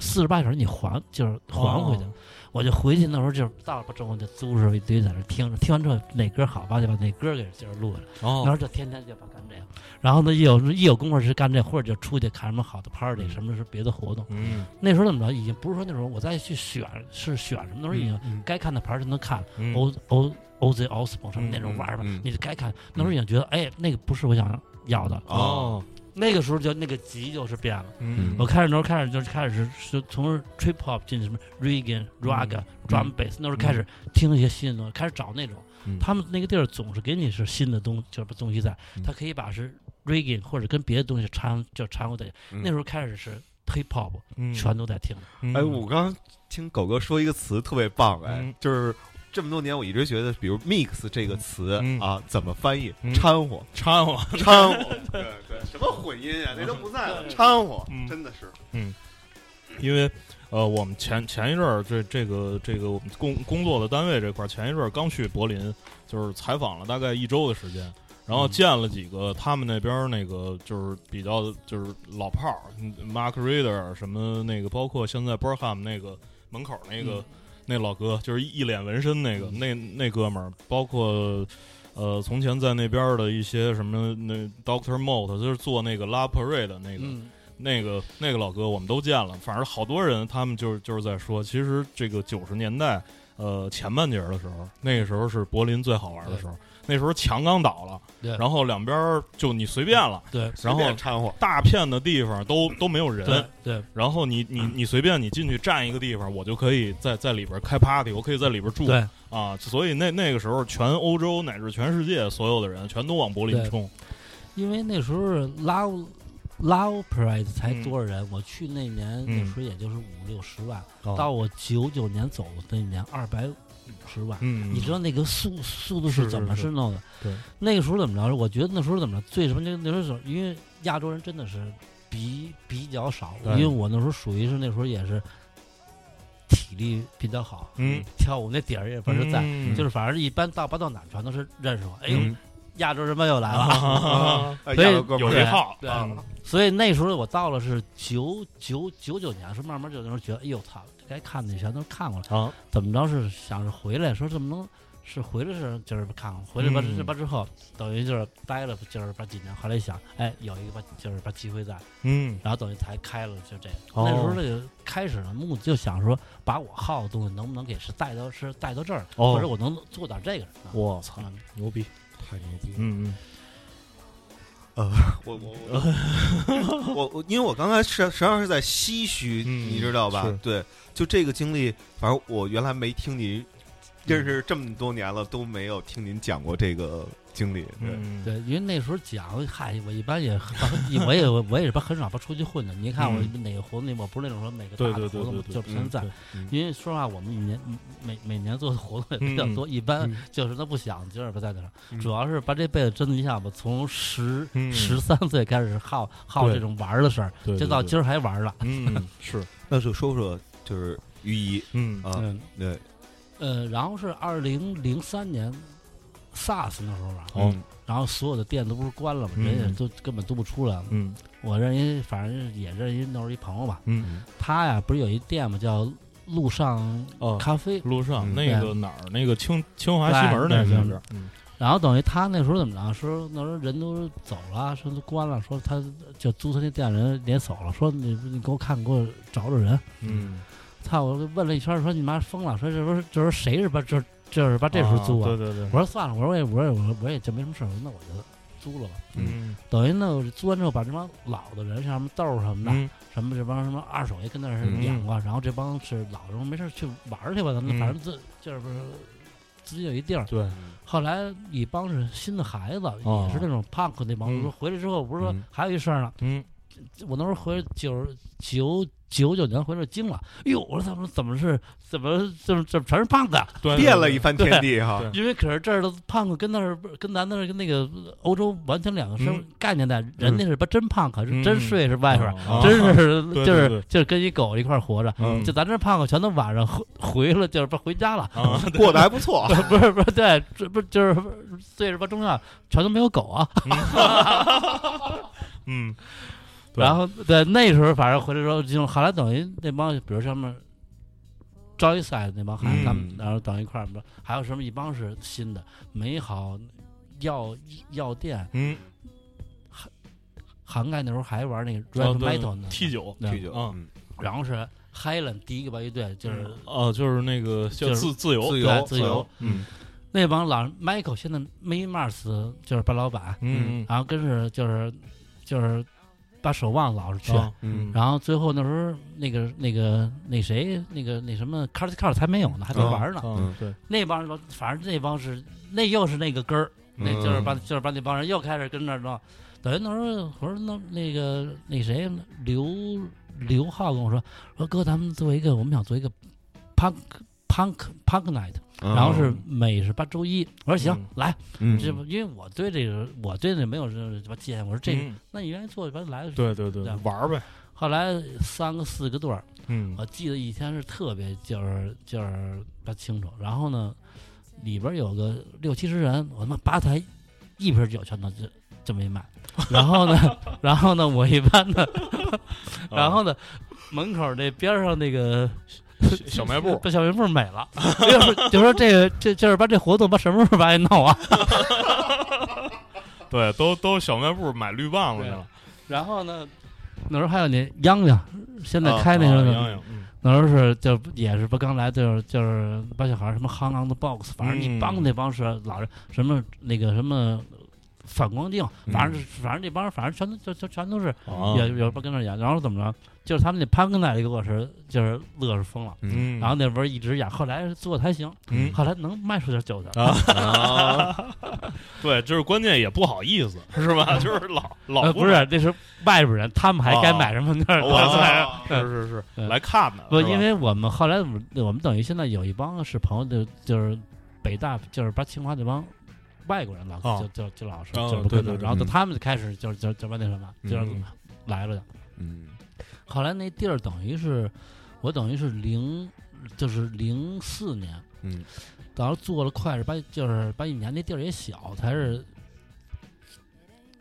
S3: 四十八小时你还就是还回去，
S2: 哦
S3: 我就回去那时候就是到了中午就租着一堆在那听着，听完之后哪歌好吧就把哪歌给接着录着，然
S2: 哦，
S3: 后就天天就把干这个，然后呢一有一有功夫是干这，或者就出去看什么好的 party，什么是别的活动。
S2: 嗯
S3: 那时候怎么着，已经不是说那时候我再去选是选什么，那时候已经该看的牌儿全都看了
S2: 嗯
S3: ，O O O Z Osmo 什么那种
S2: 嗯
S3: 玩儿吧
S1: 嗯，
S3: 你就该看。那时候已经觉得哎，那个不是我想要的。
S1: 哦，
S3: 那个时候就那个急就是变了。
S2: 嗯，
S3: 我开始那时候开始就是开始是从 trip hop 进什么 reggae、rag、drum bass，那时候开始听一些新的东西，开始找那种
S1: 嗯。
S3: 他们那个地儿总是给你是新的东，就是东西在
S1: 嗯，
S3: 他可以把是 reggae 或者跟别的东西掺就掺和在一起。
S1: 嗯
S3: 那时候开始是 hip hop，
S2: 嗯
S3: 全都在听。
S2: 嗯
S1: 哎，我刚听狗哥说一个词特别棒，哎
S2: 嗯，
S1: 就是这么多年我一直觉得，比如 mix 这个词
S2: 嗯
S1: 啊，怎么翻译？
S2: 嗯
S1: 掺和，
S2: 掺和，
S1: [laughs] 掺和，对对，什么混音啊，那都不在了，掺和
S2: 嗯，
S1: 真的是，
S2: 因为呃，我们前前一阵儿这这个这个我们工工作的单位这块儿，前一阵儿刚去柏林，就是采访了大概一周的时间，然后
S1: 嗯
S2: 见了几个他们那边儿那个就是比较就是老炮儿嗯，Mark Reader 什么那个，包括现在 b u r h a m 那个门口那个、
S3: 嗯
S2: 那老哥，就是一一脸纹身那个、那那哥们儿，包括。呃，从前在那边儿的一些什么那 Doctor Mott，就是做那个拉 parade 的那个、
S3: 嗯，
S2: 那个那个老哥，我们都见了。反正好多人，他们就是就是在说，其实这个九十年代，呃，前半截儿的时候，那个时候是柏林最好玩的时候。那时候墙刚倒了，
S3: 对
S2: 然后两边儿就你随便了，
S3: 对
S1: 随
S2: 然后
S1: 便掺和，
S2: 大片的地方都都没有
S3: 对嗯
S2: 人，
S3: 对
S2: 然后你你你随便你进去站一个地方，我就可以在在里边开 party，我可以在里边住
S3: 对，
S2: 啊，所以那那个时候全欧洲乃至全世界所有的人全都往柏林
S3: 对
S2: 冲，
S3: 因为那时候拉拉 o p e r a 才多少人？我去那年那
S2: 嗯
S3: 时候也就是五六十万，
S1: 哦
S3: 到我九九年走的那年二百五十万。
S2: 嗯，
S3: 你知道那个速速度
S2: 是
S3: 是怎么
S2: 是是
S3: 是弄的？
S2: 对，那
S3: 那个时候怎么着？我觉得那时候怎么着最什么？那那时候因为亚洲人真的是比比较少，
S2: 对
S3: 因为我那时候属于是那时候也是体力比较好，
S2: 嗯，
S3: 跳舞那底儿也不是在，
S2: 嗯
S3: 就是反正一般到不到哪儿全都是认识我。哎呦，
S2: 嗯
S3: 亚洲人们又来了，
S2: 啊，
S1: 哎
S3: 所以
S1: 亚洲哥们
S2: 有
S1: 儿
S3: 对
S2: 一
S3: [laughs]
S2: 号
S3: 对
S2: 啊，
S3: 所以那时候我到了是九九九九年，是慢慢就那时候觉得，哎呦操，该看的全都看过了，
S2: 啊，
S3: 怎么着是想着回来，说怎么能是回来是今儿不看过，回来吧
S2: 嗯
S3: 这吧之后，等于就是待了今儿吧几年，后来一想，哎，有一个吧今儿吧机会在，
S2: 嗯
S3: 然后等于才开了就这个。
S2: 哦
S3: 那时候那个开始呢，目就想说把我好的东西能不能给是带到是带到这儿，
S2: 哦
S3: 或者我能做点这个。啊
S2: 我操，
S3: 嗯
S2: 牛逼，
S1: 太牛逼了！
S2: 嗯嗯
S1: 我我我我我，因为我刚才实实际上是在唏嘘，
S2: 嗯
S1: 你知道吧
S2: 是？
S1: 对，就这个经历，反正我原来没听您，认识这么多年了都没有听您讲过这个经历。对，
S2: 嗯，
S3: 对，因为那时候讲，嗨，我一般也， [laughs] 我也我也是很少不出去混的。你看我
S2: 嗯
S3: 哪个活动里，我不是那种说每个
S2: 对
S3: 大
S2: 对
S3: 的
S2: 对
S3: 活
S2: 对
S3: 动
S2: 对
S3: 就
S2: 嗯
S3: 全在
S2: 对，
S3: 因为说实话，我们一年每每年做的活动也比较多，一般
S2: 嗯
S3: 就是都不想今儿不在那儿，
S1: 嗯
S3: 主要是把这辈子真的，你想吧，从十
S2: 嗯
S3: 十三岁开始好好
S2: 对
S3: 这种玩儿的事儿，
S2: 对，
S3: 就到
S2: 对
S3: 今儿还玩儿了。
S2: 对嗯 [laughs] 是，
S1: 那就说说就是于姨
S2: 嗯
S1: 啊，
S3: 嗯，
S1: 对，
S3: 呃，然后是二零零三年 SARS 那时候吧，
S2: 哦
S1: 嗯
S3: 然后所有的店都不是关了嘛，
S2: 嗯
S3: 人也都根本都不出来了。
S2: 嗯
S3: 我认一，反正也认一那时候一朋友吧，
S2: 嗯
S3: 他呀不是有一店嘛，叫路上
S2: 哦，
S3: 咖啡，
S2: 路上
S1: 嗯
S2: 那个哪儿那个清清华西门
S3: 对对
S2: 那个
S3: 对
S2: 是，嗯
S3: 然后等于他那时候怎么着？说那时候人都走了，说都关了，说他就租他那店人也走了，说你你给我看，给我找找人。
S2: 嗯，
S3: 操！我问了一圈，说你妈疯了，说这不是这时候谁是把这这是把这时候租
S2: 啊
S3: 啊？
S2: 对对对，
S3: 我说算了，我说我也我也我也我也就没什么事儿，那我就租了吧。
S2: 嗯
S3: 等于那我租完之后，把这帮老的人，像什么豆儿什么的，
S2: 嗯
S3: 什么这帮什么二手也跟那儿
S1: 嗯
S3: 养过，然后这帮是老人没事儿去玩儿去吧，咱们
S2: 嗯
S3: 反正这这不是自己有一地儿。
S2: 对，
S3: 后来一帮是新的孩子，
S2: 哦
S3: 也是那种 punk 那帮。
S2: 嗯
S3: 我说回来之后，不是说
S1: 嗯
S3: 还有一事儿呢，
S2: 嗯
S3: 我那时候回来九九九九年回来惊了，哎呦，我说怎么怎么是怎么怎么怎么全是 punk 啊？
S2: 对，
S1: 变了一番天地哈
S2: 对。
S3: 因为可是这儿的 punk 跟那儿跟咱那儿跟那个欧洲完全两个生
S2: 嗯
S3: 概念在，人家是不真 punk，是真睡是外边儿，
S2: 边
S3: 真
S2: 是
S3: 是
S2: 对对
S3: 就是
S2: 对
S3: 就是跟一狗一块儿活着。
S2: 哦嗯
S3: 就咱这胖子全都晚上回回了，就是不回
S2: [laughs]
S3: 家了，，
S2: 啊，
S1: 过得还不错
S3: 不是不是对，这不就是最什么重要，全都没有狗啊。
S2: 嗯对
S3: 然后对那时候反正回来之后，就后来等于那帮比如上面招一赛那帮孩子，
S2: 嗯
S3: 他们然后等一块儿，还有什么一帮是新的美好药药店 [laughs]
S2: 嗯，
S3: 涵盖那时候还玩那个 r
S2: 哦
S3: e d
S2: 对
S3: metal 呢
S2: T 九，
S3: 对
S1: 啤酒
S2: 啊
S1: 嗯
S3: 然后是 Highland 第一个吧乐队就是
S2: 哦，就是那个叫
S3: 就是
S2: 自自由，
S1: 自
S3: 对
S1: 由
S3: 自由，
S2: 嗯
S3: 那帮老人 Michael 现在 May Mars 就是班老板，
S2: 嗯
S3: 然后跟着就是就是把守望老是去，
S2: 啊
S1: 嗯
S3: 然后最后那时候那个那个那谁那个那什么 Cars Cars 还没有呢，还没
S1: 嗯
S3: 玩呢。
S2: 嗯对，
S3: 那帮人反正那帮是那又是那个根儿，那就是把、
S1: 嗯
S3: 就是把那帮人又开始跟那儿弄。等于那时候我说那那个那谁刘刘浩跟我说说哥，咱们做一个我们想做一个 punk punk punk night，、
S1: 嗯
S3: 然后是每是八周一。我说行，
S2: 嗯
S3: 来，
S1: 嗯
S3: 这不因为我对这个我对这没有什么什么戒限，我说这个、
S2: 嗯
S3: 那你愿意做，咱来。
S2: 对对对
S3: 对
S2: 玩儿呗，
S3: 后来三个四个队儿，
S2: 嗯
S3: 我记得一天是特别就是就是不清楚。然后呢，里边有个六七十人，我他妈吧台一瓶酒全都就就没
S2: [laughs]
S3: 卖。然后呢，然后呢，我一般呢，
S2: 嗯
S3: 然后呢，门口那边上那个
S2: 小小卖部
S3: 把小卖部美了， [laughs] 就是就说这个这就是把这活动把什么时候把给弄啊？
S2: 对，都都小卖部买绿棒子去了，
S3: 然后呢，那时候还有那泱泱，现在
S1: 啊
S3: 开那
S2: 啊
S3: 个、
S2: 洋洋，嗯
S3: 那时候是就也是不刚来就是就是帮小孩儿什么 hang on the box，反正
S2: 嗯
S3: 你帮那帮是老人什么那个什么反光镜，
S2: 嗯
S3: 反正是反正这帮人反正全都就就全都是
S2: 啊，
S3: 嗯也也不跟那演，然后怎么着，就是他们那潘根在这个乐是就是乐是疯了，
S2: 嗯，
S3: 然后那边一直演，后来做的还行，
S2: 嗯
S3: 后来能卖出点酒去，
S2: 啊，对，就是关键也不好意思，是吧？ [laughs] 哦就是哦老老
S3: 呃不是那是外边人，他们还该买什么那儿，
S2: 哇
S3: 他们还
S2: 塞，是啊是是，
S3: 嗯
S2: 来看的，
S3: 不，
S2: 是吧
S3: 因为我们后来我们我们等于现在有一帮是朋友的，就是北大就是把清华这帮外国人老、
S2: 哦
S3: 就就就老是、
S2: 哦
S3: 就不跟着，
S2: 对对对
S3: 然后就
S1: 嗯
S3: 他们就开始就是就就把那什么就是
S2: 嗯
S3: 来了就。
S1: 嗯
S3: 后来那地儿等于是我等于是零就是零四年，
S1: 嗯
S3: 当时做了快是八就是八一年那地儿也小，才是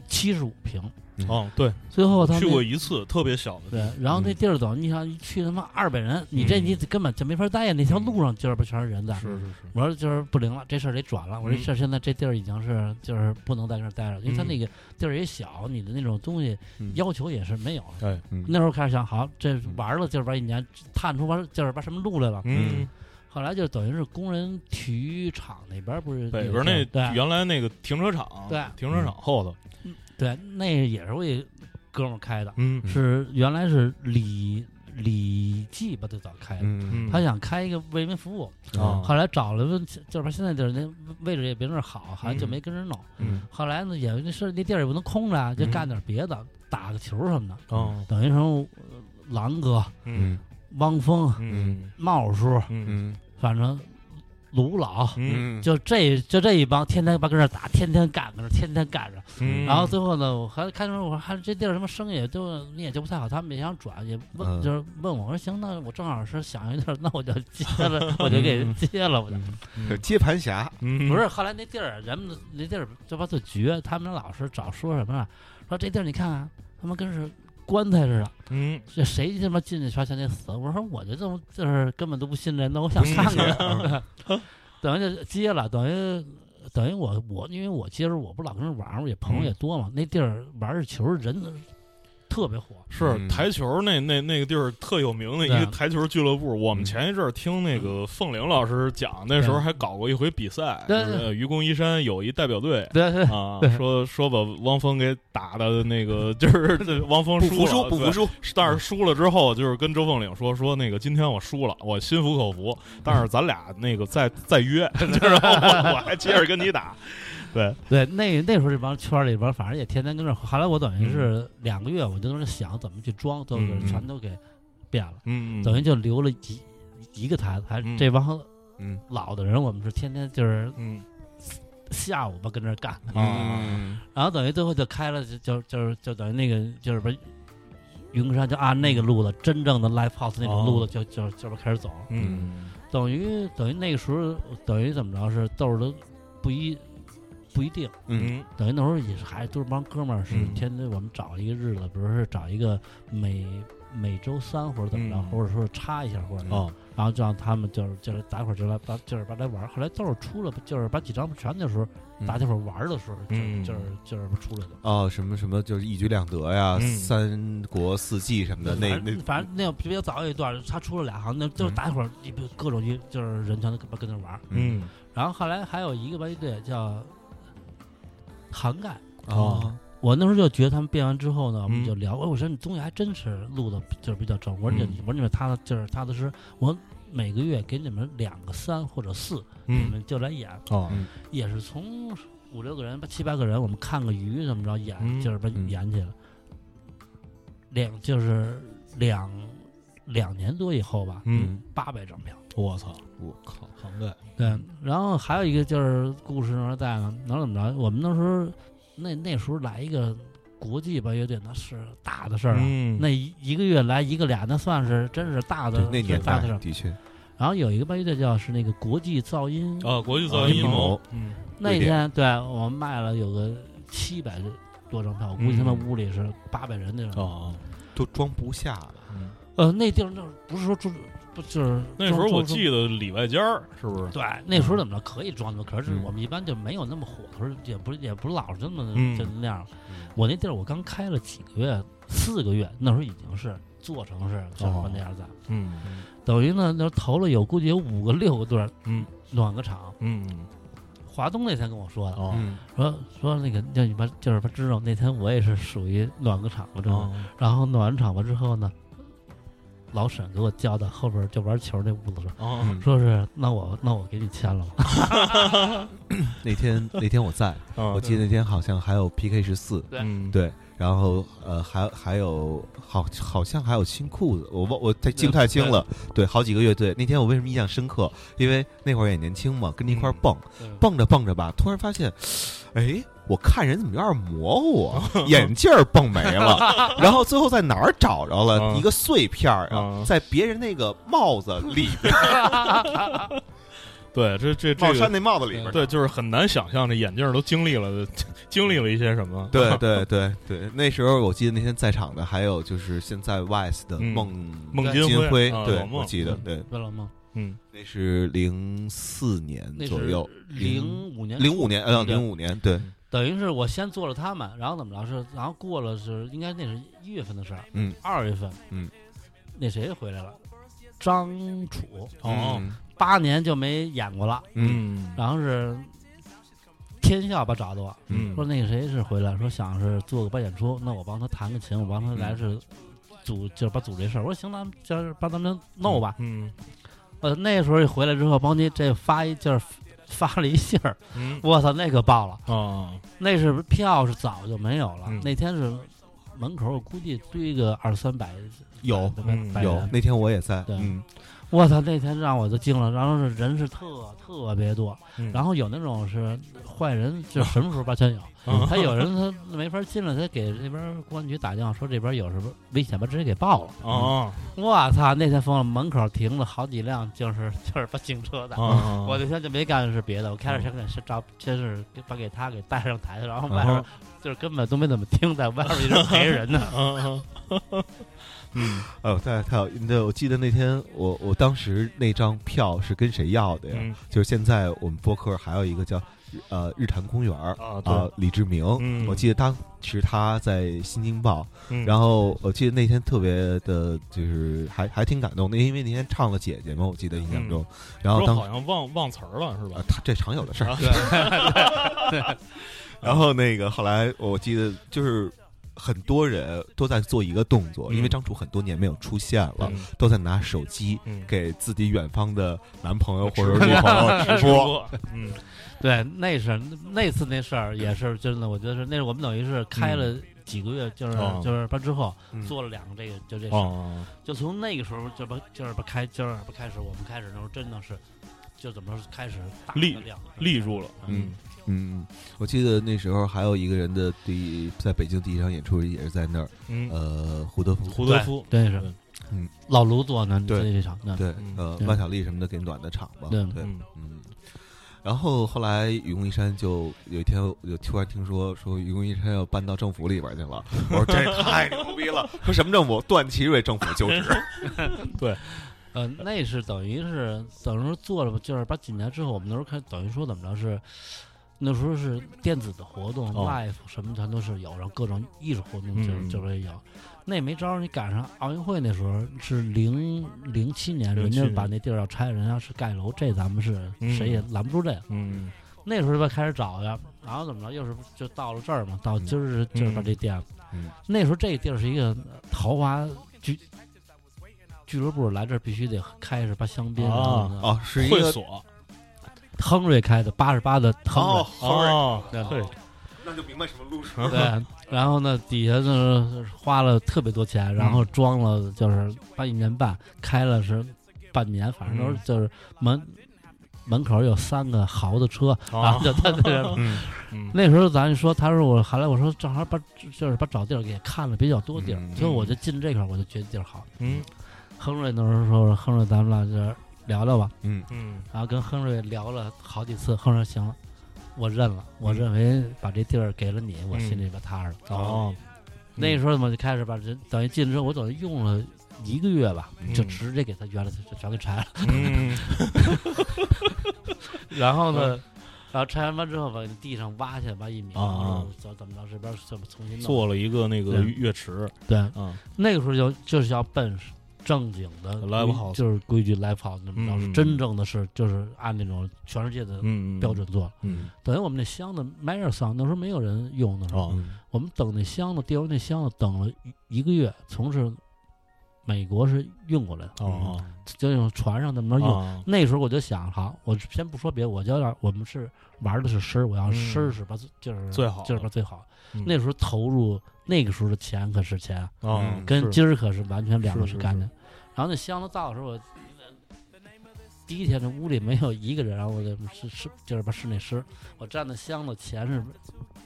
S3: 七十五平，
S2: 哦，对，
S3: 最后他
S2: 去
S3: 们
S2: 过一次，特别小的地
S3: 对
S2: 方，，
S3: 然后那
S1: 嗯
S3: 地儿走，你想一去他妈二百人，你这
S2: 嗯
S3: 你根本就没法待呀！那条路上就是不全是人在。
S2: 是是是，
S3: 我说就是不灵了，这事儿得转了。我说
S2: 嗯
S3: 这事儿现在这地儿已经是就是不能在这儿待着，因为他
S2: 嗯
S3: 那个地儿也小，你的那种东西
S1: 嗯
S3: 要求也是没有。
S2: 对，
S1: 嗯
S3: 那时候开始想，好，这玩了就是玩一年，探出玩就是玩什么路来了。
S2: 嗯
S1: 嗯，
S3: 后来就等于是工人体育场那边儿不是
S2: 北
S3: 有
S2: 边那
S3: 地儿
S2: 原来那个停车场，
S3: 对嗯
S2: 停车场后头，
S3: 对对，那也是我一哥们儿开的，
S2: 嗯
S3: 是原来是李李记吧最早开的。
S1: 嗯
S3: 他想开一个为民服务，
S2: 啊
S3: 后来找了问，就是现在就是那位置也没那儿好，好像就没跟人弄。
S2: 嗯
S3: 后来呢，也那事儿那地儿也不能空着啊，就
S2: 嗯
S3: 干点别的，打个球什么的。
S2: 哦
S3: 等于什么，狼哥、
S2: 嗯
S3: 汪峰、
S2: 嗯
S3: 茂叔，
S2: 嗯
S1: 嗯
S3: 反正卢老，
S2: 嗯
S3: 就这就这一帮，天天把跟那儿打，天天干跟那儿，天天干着。
S2: 嗯，
S3: 然后最后呢，我还开头我说还这地儿什么生意都 [laughs] 你也就不太好，他们也想转，也问、
S1: 嗯
S3: 就是问我我说行，那我正好是想一地儿，那我就接
S2: [laughs]
S3: 了，我就给人接了，我就、
S1: 嗯，接盘侠，
S2: 嗯
S3: 不是后来那地儿人们那地儿这帮就绝，他们老是找说什么啊，说这地儿你看看他妈跟是棺材似的，
S2: 嗯
S3: 这谁他妈进去全全得死。我说我就这么就是根本都不信人嗯的，我想看 [laughs] 看，等于就接了，等于。等于我我因为我接着我不老跟人玩儿嘛，也朋友也多嘛，那地儿玩儿球人特别火，
S2: 是
S1: 嗯
S2: 台球那那那个地儿特有名的一
S3: 对
S2: 个台球俱乐部。我们
S1: 嗯
S2: 前一阵儿听那个凤玲老师讲，那时候
S3: 对
S2: 还搞过一回比赛，就
S3: 对
S2: 是
S3: 对
S2: 呃愚公移山有一代
S3: [laughs]
S2: 表队。
S3: 对对
S2: 啊
S3: 对，
S2: 说说把汪峰给打的那个， [laughs] 就是这汪峰
S1: 不服
S2: 输了
S1: 输，啊不
S2: 对
S1: 服输，
S2: 但是输了之后，就是跟周凤岭说说那个今天我输了，我心服口服，但是咱俩那个再再约，就是我我还接着跟你打，对，
S3: 对，那那时候这帮圈儿里边儿，反正也天天跟那儿。后来我等于是两个月，我就在那儿想怎么去装，都
S2: 嗯
S3: 给
S2: 嗯
S3: 全都给变了，
S2: [laughs]
S3: [laughs]
S2: 嗯，
S3: 等于就留了一一个台子。还
S2: 嗯
S3: 这帮
S1: 嗯
S3: 老的人，我们是天天就是
S2: 嗯
S3: 下午吧跟那儿干，
S2: 啊，
S1: 嗯
S3: 然后等于最后就开了，就就就是就等于那个就是不是云格山就按那个路子，真正的 live house 那种路子，就就就开始走。
S2: 哦嗯
S3: 等于等于那个时候，等于怎么着是豆儿都不一不一定。
S1: 嗯
S3: 等于那时候也是还都是帮哥们儿，是
S2: 嗯
S3: 天天我们找一个日子，比如说是找一个每每周三或者怎么着，
S2: 嗯
S3: 或者说是插一下
S1: 嗯
S3: 或者怎么着，
S2: 哦
S3: 然后就让他们就是就是打会儿就来把就是把来玩儿。后来豆儿出了，就是把几张全的时候，
S1: 嗯
S3: 大家伙儿玩儿的时候，就是
S2: 嗯
S3: 就是就是出来的。
S1: 哦，什么什么就是一举两得呀，
S2: 嗯
S1: 三国四季什么的，那
S3: 反正
S1: 那
S3: 反正那比较早有一段，他出了俩行，那就是
S1: 嗯
S3: 大家伙儿一边各种去，就是人全都跟跟那玩儿。
S2: 嗯
S3: 然后后来还有一个吧乐队叫涵盖，
S1: 哦，
S3: 我那时候就觉得他们变完之后呢，我
S2: 嗯
S3: 们就聊，哎，我说你东西还真是录的，就是比较正。我说你，
S2: 嗯
S3: 我说你们踏踏就是踏踏实，实，我每个月给你们两个三或者四，你
S2: 嗯
S3: 们就来演，
S2: 哦
S3: 也是从五六个人吧，七八个人，我们看个鱼怎么着演，
S2: 嗯
S3: 就是把
S1: 嗯
S3: 演起来。两就是两两年多以后吧，
S2: 嗯，
S3: 八百张票。
S2: 我操，
S1: 我靠，
S2: 涵盖，
S3: 对，然后还有一个就是故事那时候在呢，能怎么着？我们那时候那那时候来一个国际吧乐队，那是大的事儿啊。
S2: 嗯
S3: 那一一个月来一个俩，那算是真是大的
S1: 对，那年
S3: 大
S1: 代
S3: 的事儿。
S1: 的确，
S3: 然后有一个吧乐队叫是那个国际噪
S1: 哦
S3: 音，
S2: 啊，国际噪音阴谋，嗯
S3: 那
S1: 瑞典
S3: 天对我们卖了有个七百多张票，我估计他们
S2: 嗯
S3: 屋里是八百人那种。
S2: 哦，
S1: 都装不下了。
S3: 呃，那地儿那不是说住，不就是
S2: 那时候我
S3: 记。
S2: 记得里外间儿是不是？
S3: 对，那时候怎么着可以装的，可是
S1: 嗯
S3: 我们一般就没有那么火的时候，也不是也不是老是这么
S2: 嗯
S3: 就那样。
S1: 嗯
S3: 我那地儿我刚开了几个月，四个月，那时候已经是做成是像说那样子，
S2: 嗯
S3: 等于呢，那投了有估计有五个六个段
S2: 嗯
S3: 暖个场。
S2: 嗯嗯
S3: 华东那天跟我说的，
S2: 哦
S1: 嗯
S3: 说说那个让你们就是他知道那天我也是属于暖个场了
S1: 嗯
S3: 之后，
S2: 哦
S3: 然后暖完场了之后呢，老沈给我叫到后边就玩球那屋子上，
S2: 哦
S1: 嗯
S3: 说是那我那我给你签了吧，
S1: 那天那天我在，
S2: 哦
S1: 我记得那天好像还有 PK 十四，
S2: 嗯
S1: 对，然后呃，还还有好好像还有新裤子，我忘我太记不太清了。对，好几个乐队。那天我为什么印象深刻？因为那会儿也年轻嘛，跟着一块儿蹦，
S2: 嗯
S1: 蹦着蹦着吧，突然发现，哎，我看人怎么有点模糊
S2: [laughs]
S1: 啊，眼镜儿蹦没了，然后最后在哪儿找着了
S2: 嗯
S1: 一个碎片儿啊
S2: 嗯，
S1: 在别人那个帽子
S2: [laughs]
S1: 里边，
S2: 对，这这这
S1: 帽
S2: 个
S1: 衫那帽子里边儿。
S2: 对，就是很难想象这眼镜儿都经历了经历了一些什么。
S1: 对对对对，那时候我记得那天在场的还有就是现在 Wise 的
S2: 嗯
S1: 孟
S2: 孟
S1: 金
S2: 金辉
S1: 辉，
S2: 啊
S1: 对
S2: 老，孟
S1: 我记得对，
S3: 知道吗？
S2: 嗯，
S1: 那是零四年
S3: 那
S1: 左
S3: 是
S1: 右，
S3: 零五年
S1: 零五年，呃，
S3: 对
S1: 零五年，对，
S3: 等于是我先做了他们，然后怎么着是，然后过了是应该那是一月份的事儿，
S1: 嗯，
S3: 二月份，
S1: 嗯，
S3: 那谁回来了？张楚
S2: 哦，
S3: 八年就没演过了，
S1: 嗯，
S3: 然后是天笑吧找的我，
S1: 嗯
S3: 说那个谁是回来，说想是做个办演出，那我帮他弹个琴，我帮他
S2: 嗯
S3: 来是组，就是把组这事儿，我说行，咱们就是帮咱们弄吧。
S2: 嗯
S3: 呃，那时候一回来之后，邦尼这发一就是发了一信儿，
S2: 嗯
S3: 我操，那可爆了。
S2: 哦，
S3: 那是票是早就没有了，
S2: 嗯
S3: 那天是门口我估计堆个二三百，
S1: 有
S2: 嗯
S3: 百
S1: 有
S3: 人，
S1: 那天我也在，
S3: 对
S1: 嗯
S3: 我操，那天让我都惊了，然后是人是特特别多，
S2: 嗯
S3: 然后有那种是坏人，就什么时候吧全有， [laughs]
S2: 嗯
S3: 他有人他没法进来，他给这边公安局打电话说这边有什么危险，把直接给报了。
S2: 哦
S3: 我操，那天疯了，门口停了好几辆就是就是把警车的。
S2: 哦，
S3: 我那天就没干是别的，我开着先给先找，先是给把给他给带上台去，然后外边
S1: 嗯
S3: 就是根本都没怎么听，在外边一直陪着人 [laughs] 呢。
S2: 嗯嗯
S1: 哎呦，太太有，对，我记得那天我我当时那张票是跟谁要的呀？
S2: 嗯
S1: 就是现在我们播客还有一个叫呃日坛公园儿啊
S2: 啊对，，
S1: 李志明，
S2: 嗯
S1: 我记得当时他在《新京报》
S2: 嗯
S1: 然后我记得那天特别的，就是还还挺感动的，因为那天唱了《姐姐》嘛，我记得印象中。然后
S2: 说
S1: 当
S2: 嗯好
S1: 时、
S2: 像忘忘词儿了是
S1: 啊
S2: 吧？
S1: 他这常有的事儿。
S2: 啊
S1: 然后那个后来我记得就是很多人都在做一个动作，
S2: 嗯
S1: 因为张楚很多年没有出现了，
S2: 嗯
S1: 都在拿手机
S2: 嗯，
S1: 给自己远方的男朋友或者女朋
S2: [laughs]
S1: 友直播。，
S2: 嗯
S3: 对，那是那次那事儿也是真的，我觉得是那是我们等于是开了几个月，就是、
S2: 哦
S3: 就是把之后、
S1: 嗯
S3: 做了两个这个就这事儿，
S2: 哦
S3: 就从那个时候就不就是不开就是不开始我们开始的时候真的是就怎么说开始大
S2: 立
S3: 的量
S2: 立住了，
S1: 嗯嗯，我记得那时候还有一个人的第在北京第一场演出也是在那儿，
S2: 嗯，
S1: 呃，胡德夫。
S2: 胡德夫
S3: 对是
S1: 嗯
S3: 老卢做呢
S1: 对
S3: 这一场对
S1: 对，
S2: 嗯
S1: 呃，
S3: 对
S1: 万晓利什么的给暖的场嘛，
S3: 对
S1: 对，
S2: 嗯
S1: 嗯，然后后来愚公移山就有一天，我就突然听说说愚公移山要搬到政府里边去了。我说这太牛逼 [laughs] 了！说什么政府？段祺瑞政府就职。
S3: 呃那是等于是等于说做了就是把几年之后我们那时候开等于说怎么着是。那时候是电子的活动、
S2: 哦
S3: l i f e 什么全都是有，然后各种艺术活动就、
S2: 嗯
S3: 就是也有。那也没招儿，你赶上奥运会那时候是零零七年，人家
S2: 07
S3: 把那地儿要拆，人家是盖楼，这咱们是
S2: 嗯
S3: 谁也拦不住这个。
S2: 嗯
S3: 那时候吧开始找呀，然后怎么着又是就到了这儿嘛，到今儿是就是把这店。
S1: 嗯
S3: 那时候这地儿是一个豪华俱俱乐部，来这儿必须得开是吧香槟
S2: 啊
S3: 然后呢
S1: 哦，是一
S2: 会
S1: 个
S2: 所
S3: 亨瑞开的八十八的亨瑞。
S1: 哦，好，
S2: 哦，
S3: 对
S2: 对，
S1: 那就明白什么路数。
S3: 对，然后呢，底下就是花了特别多钱，然
S1: 嗯
S3: 后装了就是半一年半，开了是半年，反正都
S1: 嗯
S3: 是就是门、门口有三个豪的车，然后
S2: 啊
S3: 就他那个。
S1: 嗯
S2: 嗯
S3: 那时候咱说，他说我后来我说正好把就是把找地儿给看了比较多地儿，
S1: 嗯
S3: 所以我就进这块儿我就觉得地儿好。
S2: 嗯
S3: 亨瑞那时候说亨瑞咱们俩这儿聊聊吧，
S1: 嗯
S2: 嗯
S3: 然后跟亨瑞聊了好几次，亨瑞说行了，我认了，我认为把这地儿给了你，我心里边踏实了。
S2: 哦，
S3: 那时候我就开始把人等于进之后，我等于用了一个月吧，
S2: 嗯
S3: 就直接给
S2: [laughs]
S3: 他原来就全给拆了。
S2: 嗯
S3: 然后呢，然后拆完班之后把地上挖起来挖一米，
S2: 啊啊
S3: 然后怎怎么着这边怎么重新弄。
S2: 做了一个那个
S3: 对
S2: 乐池
S3: 对，
S2: 啊，
S3: 那个时候就就是要奔正经的
S2: Live
S3: 规
S2: house
S3: 就是规矩 live house 那么着，
S2: 嗯
S3: 是真正的是就是按那种全世界的
S2: 嗯，嗯
S3: 标，准做。
S2: 嗯，
S3: 等于我们那箱子 m a r i s o n 那时候没有人用的时候，
S2: 哦，
S3: 我们等那箱子，帝王那箱子等了一一个月，从是美国是运过来的，
S2: 哦，
S3: 就用船上那么着用。
S2: 哦，
S3: 那时候我就想，好，我先不说别的，我就要我们是玩的是诗儿，我要
S2: 嗯
S3: 诗儿是吧，就是
S2: 最好的
S3: 就是吧最好。
S2: 嗯
S3: 那时候投入那个时候的钱可是钱，啊
S2: 哦
S1: 嗯，
S3: 跟
S2: 是
S3: 今儿可是完全两个
S2: 是是
S3: 概念。然后那箱子到的时候，我第一天这屋里没有一个人，然后我就是是就是把室内湿，我站在箱子前是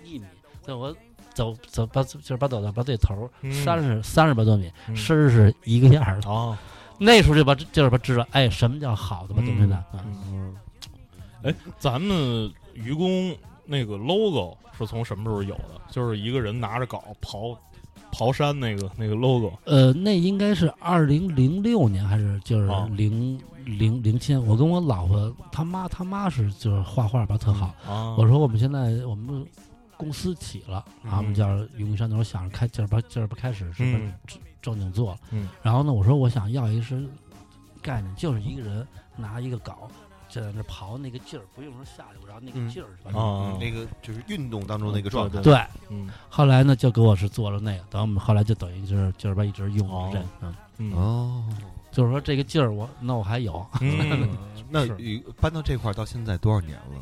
S3: 一米，所以我走走把就是把走到把这头
S2: 嗯
S3: 三十三十八多米，
S2: 嗯
S3: 湿、是一个样儿的。
S2: 哦，
S3: 那时候就把就是把知道，哎，什么叫好的吧东西呢？啊
S2: 嗯，哎，咱们愚公那个 logo 是从什么时候有的？就是一个人拿着镐刨刨山那个那个 logo
S3: 呃，那应该是二零零六年还是就是
S2: 哦
S3: 零零零七年？我跟我老婆她妈她妈是就是画画吧特好，
S2: 啊
S3: 我说我们现在我们公司起了，
S2: 嗯
S3: 然后我们叫云山，那我想着开今儿吧今儿吧开始是吧
S2: 嗯
S3: 正正经做了，
S2: 嗯
S3: 然后呢，我说我想要一身概念，就是一个人拿一个镐。就在那刨那个劲儿，不用说下去，我然后那个劲儿是
S1: 嗯
S3: 吧？
S2: 啊，
S1: 那个就是运动当中那个状态，
S3: 对，
S2: 嗯
S3: 后来呢就给我是做了那个，等我们后来就等于就是就是吧一直用
S2: 哦
S3: 着这，嗯，
S2: 嗯
S1: 哦，
S3: 就是说这个劲儿我那我还有， [laughs]
S2: 嗯，
S1: 那
S2: [laughs] 是
S1: 与搬到这块儿到现在多少年了？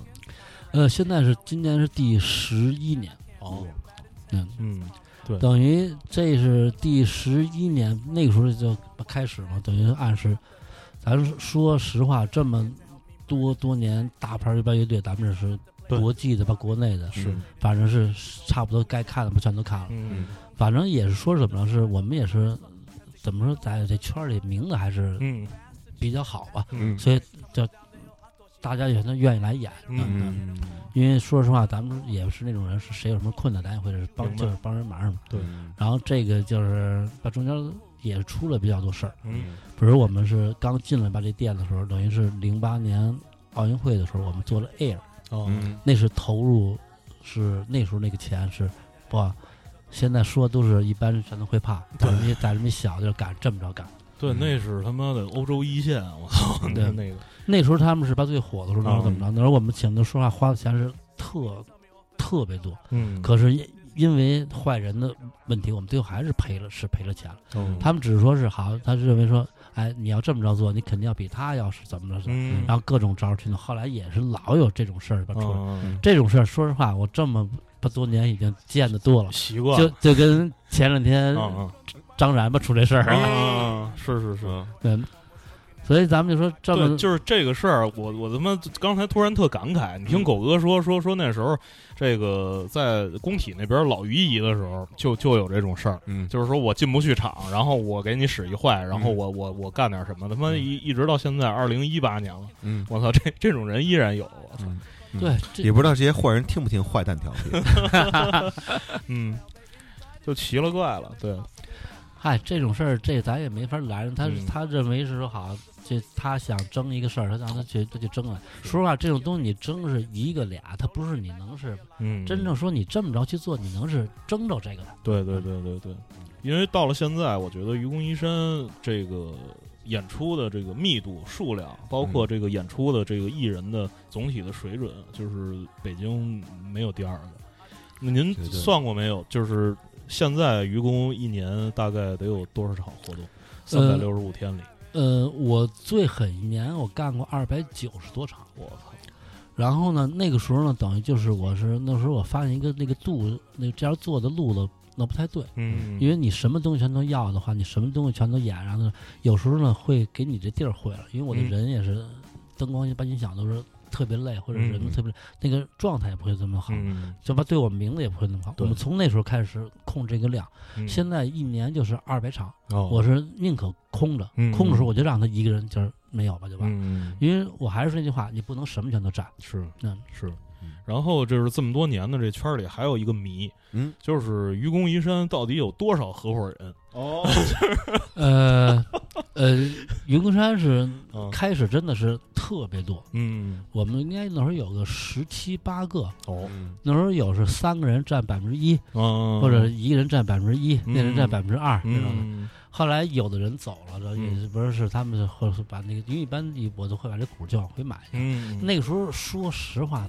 S3: 呃，现在是今年是第十一年，
S2: 哦，
S3: 嗯，
S2: 嗯
S3: 等于这是第十一年，那个时候就开始嘛，等于暗示，咱说实话，这么多多年大牌儿一般乐队，咱们这是
S2: 对
S3: 国际的吧，国内的，
S2: 是
S3: 反正是差不多该看的不全都看了，
S2: 嗯
S3: 反正也是说什么呢？是我们也是怎么说，在这圈儿里名字还是
S2: 嗯
S3: 比较好吧，
S2: 嗯
S3: 所以就大家也都愿意来演，
S2: 嗯，
S3: 因为说实话，咱们也是那种人，是谁有什么困难，咱也会是帮，
S2: 明白
S3: 就是帮人忙嘛。
S1: 嗯
S2: 对
S3: 然后这个就是把中间也出了比较多事儿，
S2: 嗯
S3: 比如我们是刚进来吧这店的时候，等于是零八年奥运会的时候，我们做了 Air，
S2: 哦
S1: 嗯，
S3: 那是投入是那时候那个钱是不，现在说都是一般人全都会怕，咱们也咱们一小就敢这么着干。
S2: 对，那是他妈的欧洲一线，我操，那 [laughs] 那个
S3: 那时候他们是把最火的时候，那时候怎么着？那时候我们请的说话花的钱是特特别多，
S2: 嗯
S3: 可是因因为坏人的问题，我们最后还是赔了，是赔了钱了。
S2: 嗯
S1: 哦
S3: 他们只是说是好，他是认为说，哎，你要这么着做，你肯定要比他要是怎么着是，
S2: 嗯，
S3: 然后各种招儿去弄。后来也是老有这种事儿吧出来，
S2: 嗯
S3: 这种事儿说实话，我这么不多年已经见得多了，
S2: 嗯习惯
S3: 就就跟前两天
S2: 嗯
S3: 张然吧出这事儿，
S2: [laughs] 嗯，嗯是是是。
S3: 嗯，所以咱们就说这
S2: 对，
S3: 么
S2: 就是这个事儿，我我他妈刚才突然特感慨。你听
S3: 嗯
S2: 狗哥说说说那时候，这个在工体那边老于姨的时候，就就有这种事儿，
S1: 嗯，
S2: 就是说我进不去场，然后我给你使一坏，然后我我我干点什么，他妈
S1: 嗯
S2: 一一直到现在二零一八年了，
S1: 嗯
S2: 我操，这这种人依然有，我操，
S1: 嗯，
S3: 对
S1: 也
S3: 这
S1: 不知道这些坏人听不听坏蛋调 [laughs] 皮。
S2: 嗯，就奇了怪了，对，
S3: 嗨这种事儿，这咱也没法拦着他是，
S2: 嗯
S3: 他认为是说好。这他想争一个事儿，他让他去，他就争了。
S2: 是
S3: 说实话，这种东西你争是一个俩，他不是你能是
S2: 嗯，
S3: 真正说你这么着去做，你能是争着这个的。
S2: 对对对对对，因为到了现在，我觉得愚公移山这个演出的这个密度、数量，包
S1: 嗯
S2: 括这个演出的这个艺人的总体的水准，就是北京没有第二个。那您
S1: 绝对
S2: 算过没有？就是现在愚公一年大概得有多少场活动？三百
S3: 呃
S2: 六十五天里，
S3: 呃，我最狠一年我干过二百九十多场，
S2: 我操！
S3: 然后呢，那个时候呢，等于就是我是那时候我发现一个那个度，那这样做的路子那不太对，
S2: 嗯
S3: 因为你什么东西全都要的话，你什么东西全都演，然后呢，有时候呢会给你这地儿毁了，因为我的
S2: 嗯
S3: 人也是灯光把音响都是特别累，或者
S2: 嗯
S3: 人特别、那个状态也不会这么好，
S2: 嗯，
S3: 就吧对我们名字也不会那么好。
S2: 对
S3: 我们从那时候开始控这个量。
S2: 嗯
S3: 现在一年就是二百场，
S2: 哦
S3: 我是宁可空着，
S2: 嗯
S3: 空的时候我就让他一个人就是没有吧，对吧？
S2: 嗯
S3: 因为我还是说那句话，你不能什么全都
S2: [laughs]
S3: 占。
S2: 是
S3: 嗯
S2: 是
S1: 嗯，
S2: 然后就是这么多年的这圈儿里还有一个谜，
S1: 嗯，嗯
S2: 就是愚公移山到底有多少合伙人？
S1: 哦，
S3: 呃，呃，云贵山是
S2: 嗯
S3: 开始真的是特别多，
S2: 嗯，
S3: 我们应该那时候有个十七八个，
S2: 哦，
S1: 嗯
S3: 那时候有是三个人占百分之一，
S2: 嗯，
S3: 或者一个人占百分之一，
S2: 嗯
S3: 那人占百分之二那种的。
S2: 嗯，
S3: 后来有的人走了，这
S2: 嗯
S3: 也是不是是他们或者是把那个，因为一般我都会把这股就往回买。
S2: 嗯，
S3: 那个时候说实话，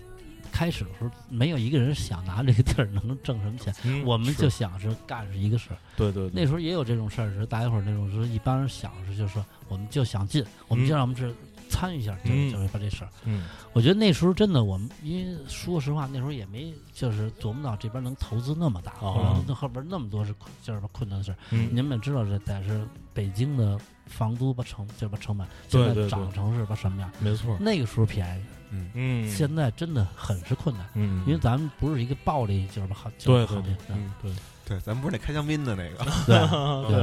S3: 开始的时候没有一个人想拿这个地儿能挣什么钱，
S2: 嗯
S3: 我们就是想是干是一个事儿。
S2: 对对
S3: 那时候也有这种事儿，是大家伙儿那种，是一般人想是就是说，我们就想进，我们就让我们是参与一下，就
S2: 嗯
S3: 是就是把这事儿。
S2: 嗯
S3: 我觉得那时候真的我们，因为说实话，那时候也没就是琢磨到这边能投资那么大，
S2: 哦
S3: 或者那后边那么多是困就是困难的事儿。
S2: 嗯
S3: 你们也知道，这得是北京的房租吧成就是吧成本，现
S2: 对
S3: 在
S2: 对对
S3: 涨成是吧什么样？
S2: 没错，
S3: 那个时候便宜，
S1: 嗯，
S2: 嗯，
S3: 现在真的很是困难，
S2: 嗯，
S3: 因为咱们不是一个暴利就是吧好就
S2: 对
S3: 是
S2: 对
S3: 行
S2: 对
S3: 业，，
S2: 嗯对，
S1: 对，咱们不是那开香槟的那
S2: [laughs]
S1: 个，
S3: 对
S2: 嗯啊
S3: 嗯
S2: 对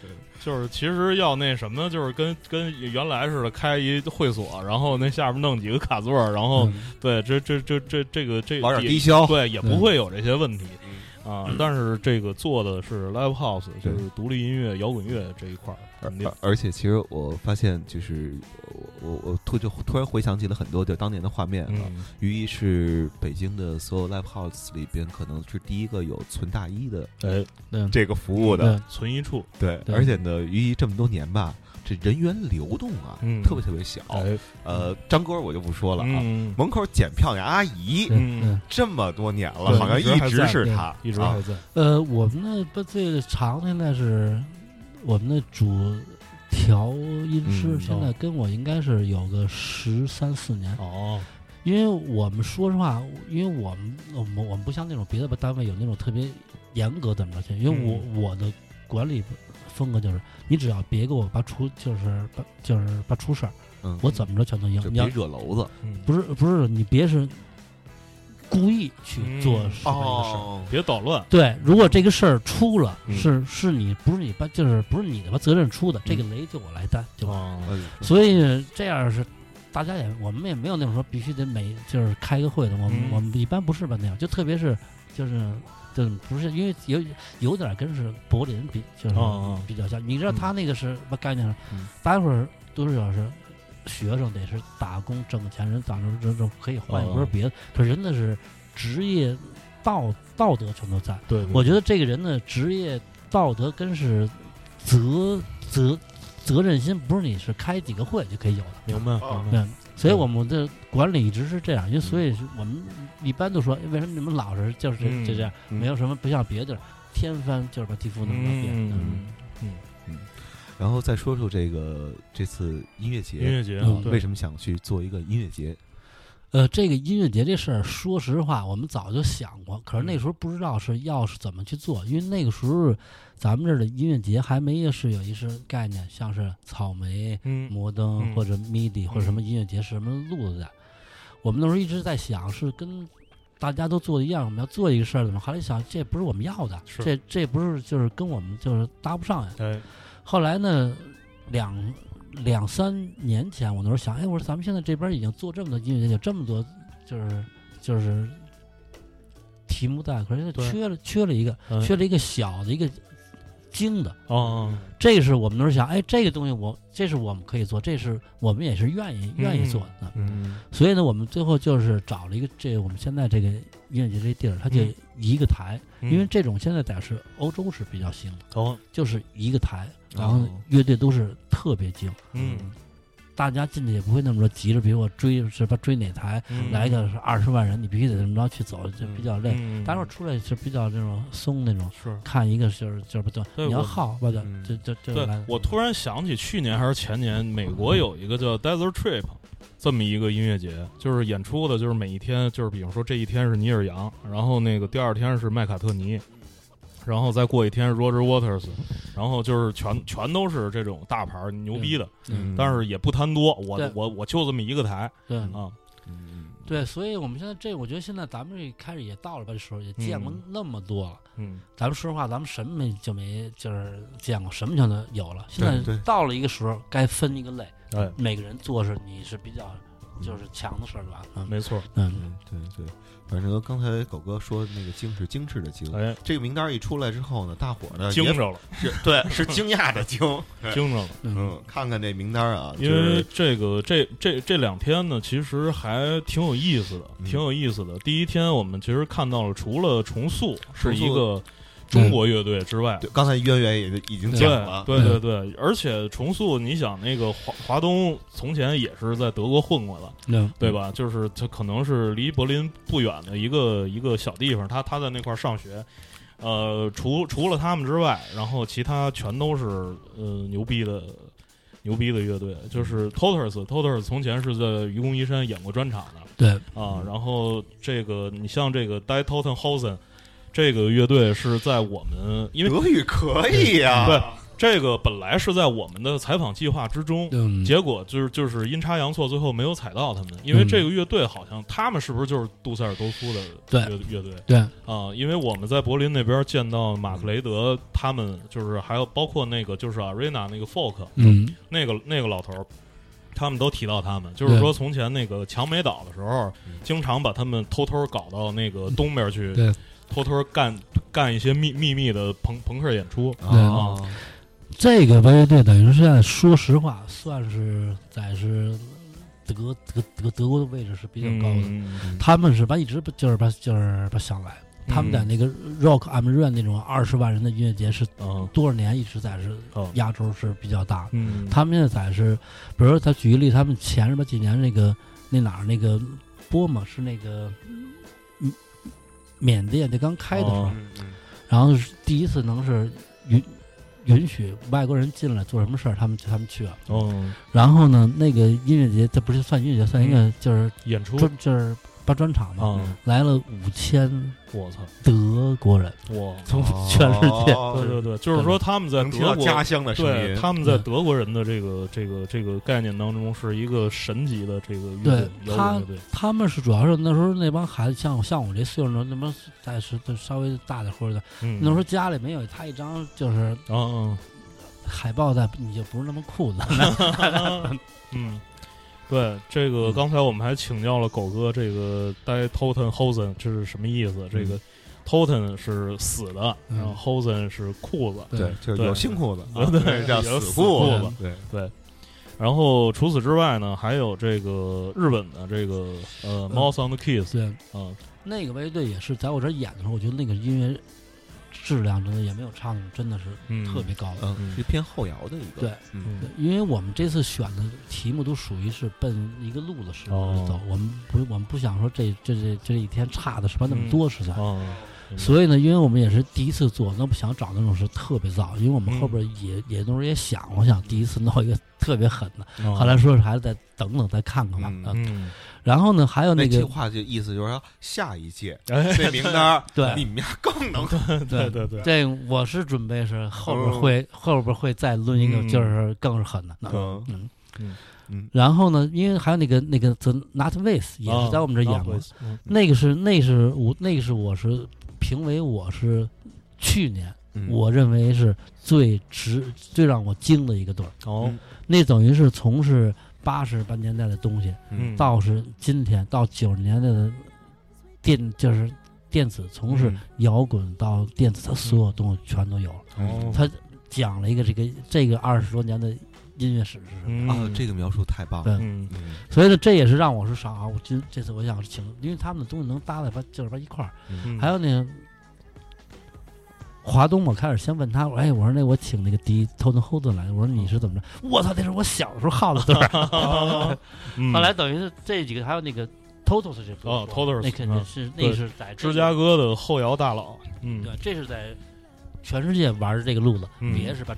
S3: 对。
S2: 就是其实要那什么，就是跟跟原来似的开一会所，然后那下边弄几个卡座，然后、
S3: 嗯
S2: 对这这这这这个这
S1: 玩点
S2: 也
S1: 低消，
S2: 对也不
S3: 嗯
S2: 会有这些问题啊。但是这个做的是 live house，
S1: 对
S2: 就是独立音乐、摇滚乐这一块儿，
S1: 而
S2: 肯定
S1: 而而且，其实我发现，就是我我我突就突然回想起了很多就当年的画面啊。
S2: 嗯
S1: 于一是北京的所有 live house 里边，可能是第一个有存大衣的
S2: 哎
S3: 对
S1: 这个服务的。
S3: 对
S2: 存一处，
S1: 对，
S3: 对
S1: 而且呢，于一这么多年吧，这人员流动啊，
S2: 嗯
S1: 特别特别小。
S2: 哎
S1: 呃，张哥我就不说了啊，
S2: 嗯
S1: 门口检票那阿姨
S3: 对
S2: 嗯
S3: 对
S1: 这么多年了，
S3: 对
S1: 好像
S2: 一直还
S1: 直
S2: 在
S1: 是
S3: 对
S1: 她，
S2: 一直
S1: 啊
S2: 还在，
S3: 呃，我们那不最长的那是我们的主调音师，
S1: 嗯
S3: 现在跟我应该是有个十三四年。
S2: 哦，
S3: 因为我们说实话，因为我们我们我们不像那种别的单位有那种特别严格怎么着去，因为我、我的管理风格就是，你只要别给我把出就是把就是把出事儿，
S1: 嗯，
S3: 我怎么着全都应
S1: 就。
S3: 你
S1: 别
S3: 要
S1: 惹娄子
S2: 嗯
S3: 不是不是你别是故意去
S2: 嗯
S3: 做失败的
S1: 哦
S3: 事儿。
S2: 别捣乱，
S3: 对，如果这个事儿出了，
S2: 嗯
S3: 是是你不是你把就是不是你的吧责任出的，这个雷就我来担，就完。
S2: 啊，
S1: 嗯
S3: 所以这样是大家也我们也没有那种说必须得每就是开个会的，我们、
S2: 嗯
S3: 我们一般不是吧那样，就特别是就是就是不是因为有有点跟是柏林比就是
S2: 哦哦
S3: 比较像，你知道他那个是吧概念是
S1: 嗯，
S3: 待会儿多少是。学生得是打工挣钱，人攒着这这可以换，
S2: 哦
S3: 也不是别的。可人的是职业道道德全都在，
S2: 对，对
S3: 我觉得这个人的职业道德跟是责责责任心，不是你是开几个会就可以有的。
S2: 明白
S1: 哦
S2: 明白，
S3: 对，所以我们的管理一直是这样，因为所以是我们一般都说，为什么你们老是就是
S2: 嗯
S3: 这这样，
S2: 嗯
S3: 没有什么不像别的地儿天翻就是把地覆那么着变。嗯
S2: 嗯，
S1: 然后再说说这个这次音乐
S2: 音
S1: 节，
S2: 乐节啊
S3: 嗯
S2: 对
S1: 为什么想去做一个音乐节？
S3: 呃，这个音乐节这事儿，说实话，我们早就想过，可是那时候不知道是要是怎么去做，因为那个时候咱们这儿的音乐节还没有是有一些概念，像是草莓，
S2: 嗯
S3: 摩登
S2: 嗯
S3: 或者 MIDI 或者什么音乐节是什么路子的。我们那时候一直在想，是跟大家都做的一样，我们要做一个事儿，怎么？后来想，这不是我们要的，
S2: 是
S3: 这这不是就是跟我们就是搭不上呀。
S2: 哎
S3: 后来呢，两两三年前，我那时候想，哎，我说咱们现在这边已经做这么多音乐节，有这么多就是就是题目在，可是
S2: 对
S3: 缺了缺了一个，
S2: 嗯
S3: 缺了一个小的一个精的。
S2: 哦，
S3: 这是我们那时候想，哎，这个东西我这是我们可以做，这是我们也是愿意
S2: 嗯
S3: 愿意做的。
S2: 嗯
S3: 所以呢，我们最后就是找了一个这我们现在这个音乐节这地儿，它就
S2: 嗯
S3: 一个台，
S2: 嗯啊
S3: 因为这种现在在是欧洲是比较兴的，
S2: 疼，
S3: 就是一个台，
S1: 哦
S3: 然后乐队都是特别精，
S2: 嗯，
S3: 大家进去也不会那么说急着，比如我追是吧追哪台，
S2: 嗯
S3: 来个是二十万人，你必须得这么着去走，就比较累。
S2: 嗯
S3: 待会儿出来是比较那种松那种，
S2: 是。
S3: 看一个就是就是不对，
S2: 对
S3: 你要
S2: 我
S3: 耗吧就
S1: 嗯
S3: 就就就
S2: 对
S3: 来了。，
S2: 我突然想起去年还是前年，美国有一个叫 Desert Trip，这么一个音乐节，就是演出的，就是每一天，就是比方说这一天是尼尔杨，然后那个第二天是麦卡特尼，然后再过一天是 Roger Waters，然后就是全全都是这种大牌儿牛逼的，
S3: 嗯
S2: 但是也不贪多，我
S3: 对
S2: 我我就这么一个台
S3: 对，
S2: 啊，
S1: 嗯
S3: 对，所以我们现在这，我觉得现在咱们这开始也到了吧，这时候也见过
S2: 嗯
S3: 那么多了。
S2: 嗯
S3: 咱们说实话，咱们什么没就没就是见过，什么全都有了。现
S1: 对
S3: 在
S1: 对
S3: 到了一个时候，该分一个类，
S2: 哎
S3: 每个人做是你是比较就是强的事儿吧。嗯
S2: 没错，
S3: 嗯，
S1: 嗯，对对，反正刚才狗哥说的那个精是精致的精，
S2: 哎，
S1: 这个名单一出来之后呢，大伙儿呢
S2: 惊
S1: 也
S2: 着了，
S1: 是
S2: [laughs]
S1: 对是惊讶的惊，对
S2: 惊着了。
S1: 嗯，看看这名单啊，就
S2: 因为
S1: 是
S2: 这个这这这两天呢，其实还挺有意思的，
S1: 嗯
S2: 挺有意思的。第一天我们其实看到了，除了重塑
S1: 重塑
S2: 是一个中国乐队之外，
S1: 嗯对刚才渊源也已经讲了，嗯
S2: 对对对，而且重塑，你想那个华华东从前也是在德国混过的，
S3: 嗯，
S2: 对吧？就是他可能是离柏林不远的一个一个小地方，他他在那块儿上学。呃，除除了他们之外，然后其他全都是呃牛逼的牛逼的乐队，就是 Toters，Toters 从前是在愚公移山演过专场的，
S3: 对，
S2: 啊，然后这个你像这个 Die Totenhausen 这个乐队是在我们，因为
S1: 德语可以呀、哦
S2: 对这个本来是在我们的采访计划之中，
S3: 嗯，
S2: 结果就是就是阴差阳错，最后没有采到他们，因
S3: 嗯
S2: 为这个乐队好像他们是不是就是杜塞尔多夫的
S3: 对
S2: 乐乐队
S3: 对，
S2: 啊？因为我们在柏林那边见到马克雷德他们，就是还有包括那个就是 Arena 那个 Folk
S3: 嗯，
S2: 那个那个老头儿。他们都提到他们，就是
S3: 对
S2: 说从前那个强美岛的时候
S1: 嗯，
S2: 经常把他们偷偷搞到那个东边去，
S3: 对
S2: 偷偷干干一些秘秘密的朋朋克演出。
S1: 啊
S3: 对
S2: 啊
S3: 这个乐队等于是在说实话，算是在是德德德德国的位置是比较高的。
S2: 嗯
S3: 他们是吧，一直不就是把就是把想来，他们在那个 Rock am Run 那种二十万人的音乐节是
S2: 嗯
S3: 多少年一直在是
S2: 哦
S3: 压轴是比较大的。
S2: 嗯，
S3: 他们现在在是，比如说他举个例，他们前什么几年那个那哪儿那个波嘛是那个嗯缅甸这刚开的时候，
S2: 哦
S1: 嗯嗯
S3: 然后是第一次能是允允许外国人进来做什么事儿，他们他们去了。
S2: 哦
S3: 然后呢，那个音乐节这不是算音乐节，算一
S2: 嗯
S3: 个就是
S2: 演出
S3: 专就是办专场嘛，
S2: 啊！
S3: 来了五千
S2: 我操，
S3: 德国人，
S2: 哇！
S3: 从全世界。
S1: 哦
S2: 对对对，就是说他们在
S1: 能听
S2: 德
S1: 到
S2: 国，
S1: 家乡的声
S2: 对
S1: 音，
S2: 他们在德国人的这个这个这个概念当中是一个神级的这个乐队
S3: 对
S2: 摇
S3: 他
S2: 滚乐队，
S3: 他们是主要是那时候那帮孩子，像像我这岁数，那帮再是就稍微大点或者
S2: 嗯，
S3: 那时候家里没有他一张就是
S2: 啊
S3: 海报在，你就不是那么酷的。
S2: 啊 [laughs] 嗯。对这个，
S3: 嗯
S2: 刚才我们还请教了狗哥，这个 “die toten hosen” 这是什么意思？这
S1: 嗯
S2: 个 “toten” 是死的，
S3: 嗯
S2: 然后 “hosen” 是裤子，
S1: 对，就是
S2: 对
S1: 有新裤子，
S2: 啊对
S1: 对叫
S2: 有
S1: 死
S2: 死
S1: 裤
S3: 裤
S1: 子，对，
S2: 然后除此之外呢，还有这个日本的这个
S1: 嗯
S2: 呃《Mouse on the Kiss》
S3: 对，
S2: 啊，
S3: 那个乐队也是在我这儿演的时候，我觉得那个音乐质量真的也没有唱的真的是
S2: 嗯，
S3: 特别高的。
S1: 嗯，是偏后摇的一个，
S3: 对，
S1: 嗯
S3: 对因为我们这次选的题目都属于是奔一个路子是
S2: 哦
S3: 走，我们不我们不想说这这这这一天差的什么那么多实在。
S2: 啊，
S3: 所以呢，因为我们也是第一次做，那不想找那种是特别燥，因为我们
S2: 嗯
S3: 后边也、也都是也想，我想第一次弄一个特别
S1: [laughs]
S3: 狠的，
S2: 后
S3: 后来说是还是再等等再看看吧。
S1: 啊嗯
S3: 嗯
S2: 嗯，
S3: 然后呢，还有
S1: 那
S3: 那
S1: 计
S3: 个
S1: 划就意思就是说下一届
S3: 嗯
S2: 哎，
S1: 这名单，
S3: 对
S1: 你们家更能
S2: 对对对，
S3: 对，我是准备是后边会、后边会再抡一个，
S2: 嗯
S3: 就是更是狠的。嗯
S1: 嗯
S3: 嗯
S2: 嗯
S1: 嗯
S3: 然后呢，因为还有那个那个 The Not Ways 也是在我们这演
S1: 哦
S3: 过，
S2: 嗯
S3: 那个是那是我那个是我是评为我是去年、
S1: 嗯
S3: 我认为是最值最让我惊的一个队儿，
S2: 哦，
S3: 那等于是从是八十八年代的东西
S2: 嗯，
S3: 到是今天到九十年代的电就是电子从是
S2: 嗯
S3: 摇滚到电子，它所有东西全都有了。
S2: 哦
S3: 嗯他讲了一个这个这个二十多年的音乐史是什么。
S2: 嗯
S1: 啊，这个描述太棒了，
S3: 对，
S2: 嗯
S1: 嗯
S3: 所以呢，这也是让我是啥啊？我今这次我想是请，因为他们的东西能搭在吧，就是吧一块儿。
S2: 嗯，
S3: 还有呢，华东，我开始先问他，我说：“哎，我说那我请那个第一 t o n Holden 来，我说你是怎么着？我操，那是我小时候耗的队儿。
S2: [laughs] 嗯
S3: 后来等于是这几个，还有那个 Totos 这不用
S2: 哦
S3: 说
S2: Totos，
S3: 那肯定是
S2: 对
S3: 那是在这
S2: 芝
S3: 个
S2: 加哥的后摇大佬，嗯，
S3: 对，这是在全世界玩这个路子，
S2: 嗯
S3: 别是把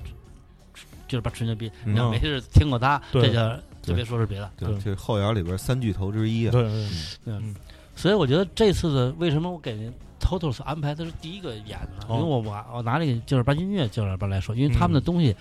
S3: 就是把吹牛逼，
S1: 嗯
S3: 你要没事听过他，
S2: 对
S3: 这叫
S1: 对
S3: 就别说是别的。
S1: 对，
S2: 对
S1: 这是后摇里边三巨头之一啊，
S2: 对对，嗯
S3: 嗯，所以我觉得这次的为什么我给人 Totals 安排他是第一个演的呢？
S2: 哦
S3: 因为我我我拿这个就是把音乐就是把来说，因为他们的
S2: 嗯
S3: 东西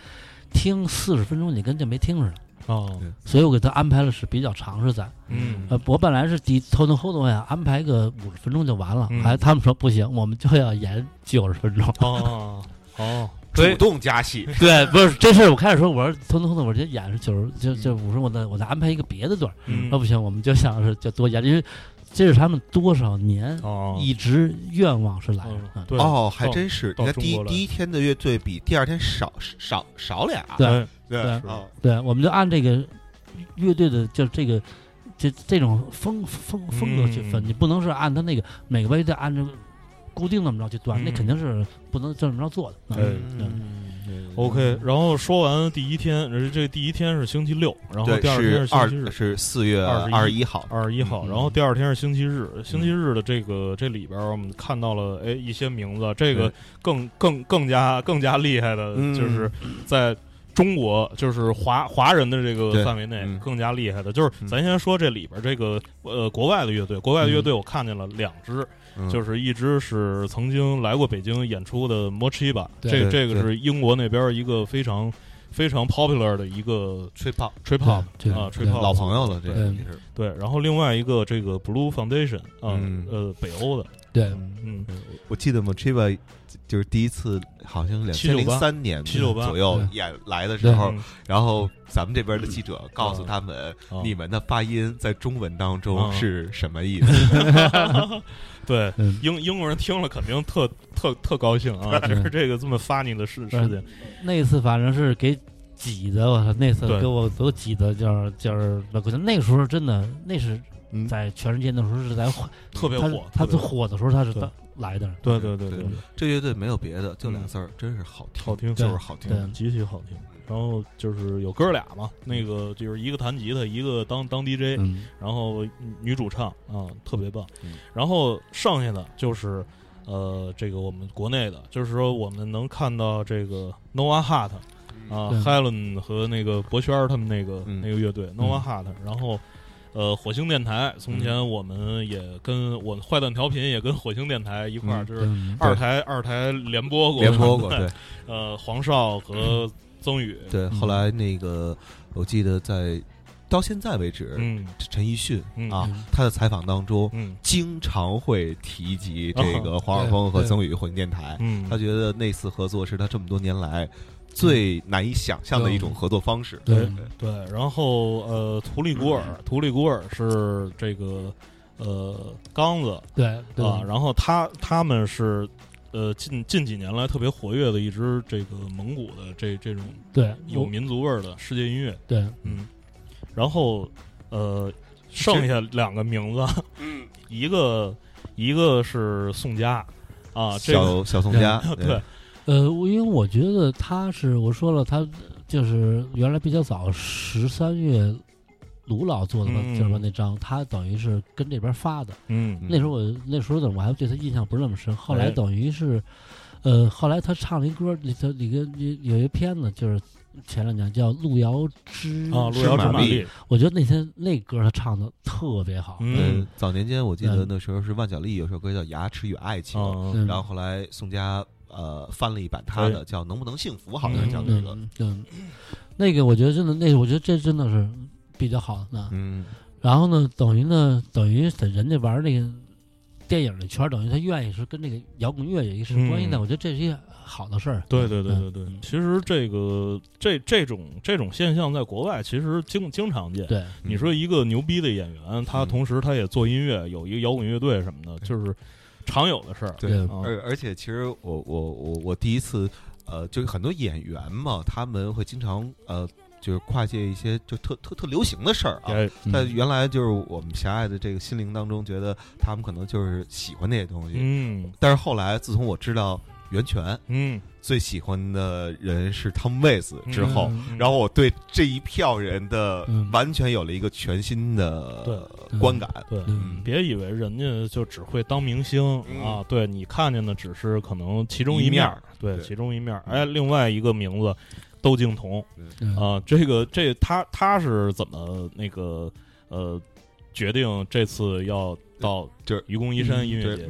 S3: 听四十分钟你跟这没听似的。
S2: 哦，
S3: 所以我给他安排了是比较长时间，
S2: 嗯
S3: 呃，我本来是第 Total Hold 我想安排个五十分钟就完了，
S2: 嗯 [laughs]
S3: 还他们说不行，我们就要演九十分钟，
S2: 哦哦，
S3: 所以
S1: 主动加戏，
S3: 对，不是这事儿。我开始说，我说腾腾腾腾，我这演是九十，就就五十，我再我再安排一个别的段儿。
S2: 嗯
S3: 那、不行，我们就想是就多演，因为这是他们多少年
S2: 哦，
S3: 一直愿望是来的。嗯
S2: 对
S1: 哦，还真是。
S2: 到
S1: 你看第
S2: 中
S1: 一
S2: 国来
S1: 第一天的乐队比第二天少少少俩，啊
S3: 对
S2: 哎
S1: 对
S3: 对
S1: 哦
S3: 对，我们就按这个乐队的，就这个这这种风风风格去分，
S2: 嗯
S3: 你不能是按他那个每个乐队按照固定那么着去断，
S2: 嗯
S3: 那肯定是不能这么着做的。
S2: 哎
S3: 嗯
S1: 嗯
S2: OK，然后说完第一天，呃这这第一天是星期六，然后
S1: 对，
S2: 第二天
S1: 是二
S2: 星期日，
S1: 是四月
S2: 21
S1: 二十一号，
S2: 二十一号，
S1: 嗯
S2: 然后第二天是星期日。星期日的这个这里边，我们看到了哎一些名字，这个
S1: 对
S2: 更更更加更加厉害的，
S1: 嗯
S2: 就是在中国就是华华人的这个
S1: 对
S2: 范围内
S1: 嗯
S2: 更加厉害的，就是
S1: 嗯
S2: 咱先说这里边这个呃国外的乐队，国外的乐队我看见了两支，
S1: 嗯
S2: 就是一支是曾经来过北京演出的 Mochiba，
S3: 对
S1: 对
S2: 这这个
S1: 对
S2: 是英国那边一个非常非常 popular 的一个
S1: 吹泡，
S2: trip hop
S3: 对
S2: 啊
S3: 对
S2: ，trip hop
S1: 老朋友了，这
S3: 对
S1: 个也是
S2: 对，然后另外一个这个 Blue Foundation 啊，
S1: 嗯
S2: 呃，北欧的，
S3: 对
S2: 嗯，
S1: 我记得 Mochiba 就是第一次，好像两千零三年
S2: 798
S1: 左右
S3: 对
S1: 演来的时候
S2: 嗯，
S1: 然后咱们这边的记者告诉他们，
S2: 啊 [laughs]
S1: 你们的发音在中文当中
S2: 嗯
S1: 是什么意思？
S2: 对
S3: 嗯
S2: 英英国人听了肯定特特特高兴啊，就
S3: 对
S2: 是这个这么发你的事
S3: 嗯
S2: 事情，
S3: 那次反正是给挤的，我操！那次
S2: 对
S3: 给我都挤的，就是就是，我觉得那个时候真的，那是
S1: 嗯
S3: 在全世界那时候是在火，
S2: 特别
S3: 他是
S2: 火，
S3: 他
S2: 特
S3: 最
S2: 别火，
S3: 火的时候他是
S2: 对
S3: 当来的，
S2: 对对对
S1: 对
S2: 对，
S1: [laughs] 这乐队没有别的，就俩字儿，真是好听，
S2: 嗯好听
S1: 就是好听
S3: 对。对
S2: 极其好听。然后就是有哥俩嘛，那个就是一个弹吉他，一个当当 DJ，
S3: 嗯，
S2: 然后女主唱啊，特别棒
S1: 嗯。
S2: 然后剩下的就是呃，这个我们国内的，就是说我们能看到这个 Noah Hart 啊
S3: 对
S2: ，Helen 和那个博轩儿他们那个
S1: 嗯
S2: 那个乐队 Noah Hart，然后。呃，火星电台，从
S1: 嗯
S2: 前我们也跟我坏蛋调频也跟火星电台一块儿，
S1: 嗯
S2: 就是
S3: 嗯
S2: 二台二台联播过，
S1: 联播过，
S2: 对
S1: 对
S2: [laughs]
S1: 嗯
S2: 呃，黄少和曾宇，
S1: 对。后来那个，我记得在到现在为止，
S2: 嗯
S1: 陈奕迅
S2: 嗯
S1: 啊，他的采访当中
S2: 嗯
S1: 经常会提及这个黄晓峰和曾宇混电台，
S2: 嗯，
S1: 他觉得那次合作是他这么多年来最难以想象的一种合作方式。
S2: 嗯
S3: 对
S2: 对，然后呃，图利古尔，图利古尔是这个呃刚子
S3: 对对
S2: 啊，然后他他们是。呃，近近几年来特别活跃的一支这个蒙古的这这种
S3: 对
S2: 有民族味儿的世界音乐，
S3: 对
S2: 嗯，然后呃，剩下两个名字，嗯，一个一个是宋佳啊，这个
S1: 小小宋佳，
S2: [laughs] 对，
S3: 呃，我因为我觉得他是我说了，他就是原来比较早十三月卢老做的吧，
S2: 嗯
S3: 叫什么那张，他等于是跟这边发的。
S2: 嗯
S3: 那时候我那时候呢，我还对他印象不是那么深。后来
S2: 哎
S3: 等于是，呃，后来他唱了一歌，里头里个里有一片子就是。前两年叫《路遥知》
S2: 啊，路
S1: 是
S2: 遥知
S1: 马
S2: 马
S1: 力
S2: 力，
S3: 我觉得那天那歌他唱的特别好，
S1: 嗯
S2: 嗯，，
S1: 早年间我记得
S3: 嗯
S1: 那时候是万晓利有首歌叫《牙齿与爱情》，
S2: 啊
S3: 嗯
S1: 然后后来宋佳呃翻了一版他的，叫《能不能幸福》，好像叫这个，
S3: 嗯嗯，那个我觉得真的，那个我觉得这真的是比较好的。嗯
S1: 嗯
S3: 然后呢，等于呢，等于在人家玩那个电影的圈儿，等于他愿意是跟这个摇滚乐有一个什么关系呢？
S2: 嗯
S3: 我觉得这是一个好的事儿。
S2: 对对对对
S3: 嗯
S2: 对，
S3: 嗯
S2: 其实这个这这种这种现象在国外其实经经常见。
S3: 对
S1: 嗯
S2: 你说一个牛逼的演员，他同时他也做音乐，有一个摇滚乐队什么的，就是常有的事儿。
S1: 对
S3: 对
S2: 啊
S1: 而而且其实我我我我第一次，呃，就是很多演员嘛，他们会经常呃，就是跨界一些就特特特流行的事儿啊。
S2: 哎，
S3: 嗯
S1: 在原来就是我们狭隘的这个心灵当中，觉得他们可能就是喜欢那些东西。
S2: 嗯
S1: 但是后来，自从我知道袁泉
S2: 嗯，
S1: 最喜欢的人是汤姆·威斯之后，
S2: 嗯
S1: 然后我对这一票人的
S3: 嗯
S1: 完全有了一个全新的
S3: 对
S1: 观感。
S2: 对，
S3: 嗯
S2: 别以为人家就只会当明星
S1: 嗯
S2: 啊，对你看见的只是可能其中
S1: 一
S2: 面
S1: 面
S2: 儿
S1: 儿，
S2: 对，
S1: 对
S2: 其中一面儿。哎，另外一个名字，窦靖童，
S3: 嗯
S2: 啊，这个这他他是怎么那个呃决定这次要到
S1: 就是
S2: 愚公移山
S3: 嗯
S2: 音乐
S1: 对
S2: 节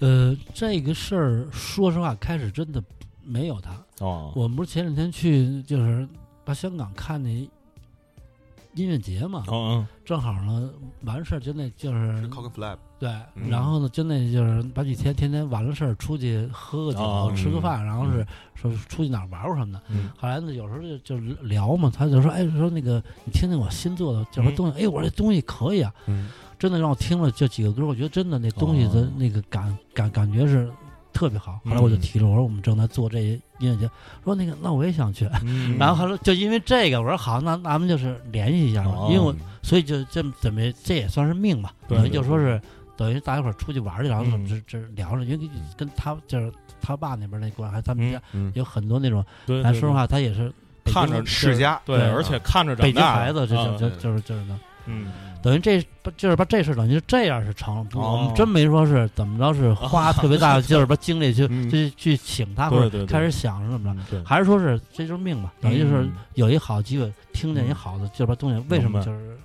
S3: 呃，这个事儿说实话，开始真的没有他。
S2: 啊？
S3: 我们不是前两天去就是到香港看那音乐节嘛， [laughs]
S2: 嗯
S3: 正好呢完事儿就那就是
S1: 是 Cock and Flap，
S3: 对，
S1: 嗯
S3: 然后呢就那就是把几天天天完了事儿出去喝个酒、
S2: 哦
S3: 吃个
S1: 嗯
S3: 饭，然后是说出去哪儿玩玩什么的。
S2: 嗯
S3: 后来呢，有时候就就聊嘛，他就说：“哎，说那个你听听我新做的叫什么
S2: 嗯
S3: 东西？哎，我这东西可以啊，
S1: 嗯，
S3: 真的让我听了这几个歌，我觉得真的那东西的
S2: 哦
S3: 那个感、感感觉是特别好。”后来
S2: 嗯
S3: 我就提了，我说我们正在做这些音乐节，说那个那我也想去。
S2: 嗯，
S3: 然后他说就因为这个，我说好，那那咱们就是联系一下嘛，
S1: 嗯
S2: 哦
S3: 因为我所以就这么准备，这也算是命吧，
S2: 对
S3: 等于
S2: 对
S3: 就说是等于大家伙儿出去玩儿去，然后
S2: 嗯
S3: 这这聊着，因为跟他就是他爸那边那关系，还有他们
S2: 嗯
S3: 家
S1: 嗯
S3: 有很多那种，
S2: 对，
S3: 咱
S2: 对
S3: 说实，话，他也是北
S2: 看
S3: 京
S2: 着
S1: 世家，
S2: 对，
S3: 对啊
S2: 对而且看着
S3: 北
S2: 长
S3: 京
S2: 大
S3: 孩子，这就
S2: 嗯
S3: 就
S1: 对
S3: 就是就是那，
S2: 嗯，
S3: 等于这就是把这事儿等于是这样是成，
S2: 哦
S3: 我们真没说是怎么着是花特别大的劲儿把精力去
S1: 嗯
S3: 去去请他，
S2: 对
S3: 或
S2: 对
S3: 者
S2: 对
S3: 开始想是怎么着。
S2: 嗯对，
S3: 还是说是这就是命吧，等于就是
S2: 嗯
S3: 有一好机会，听见一好的，就是把东西为什么
S2: 明白
S3: 就是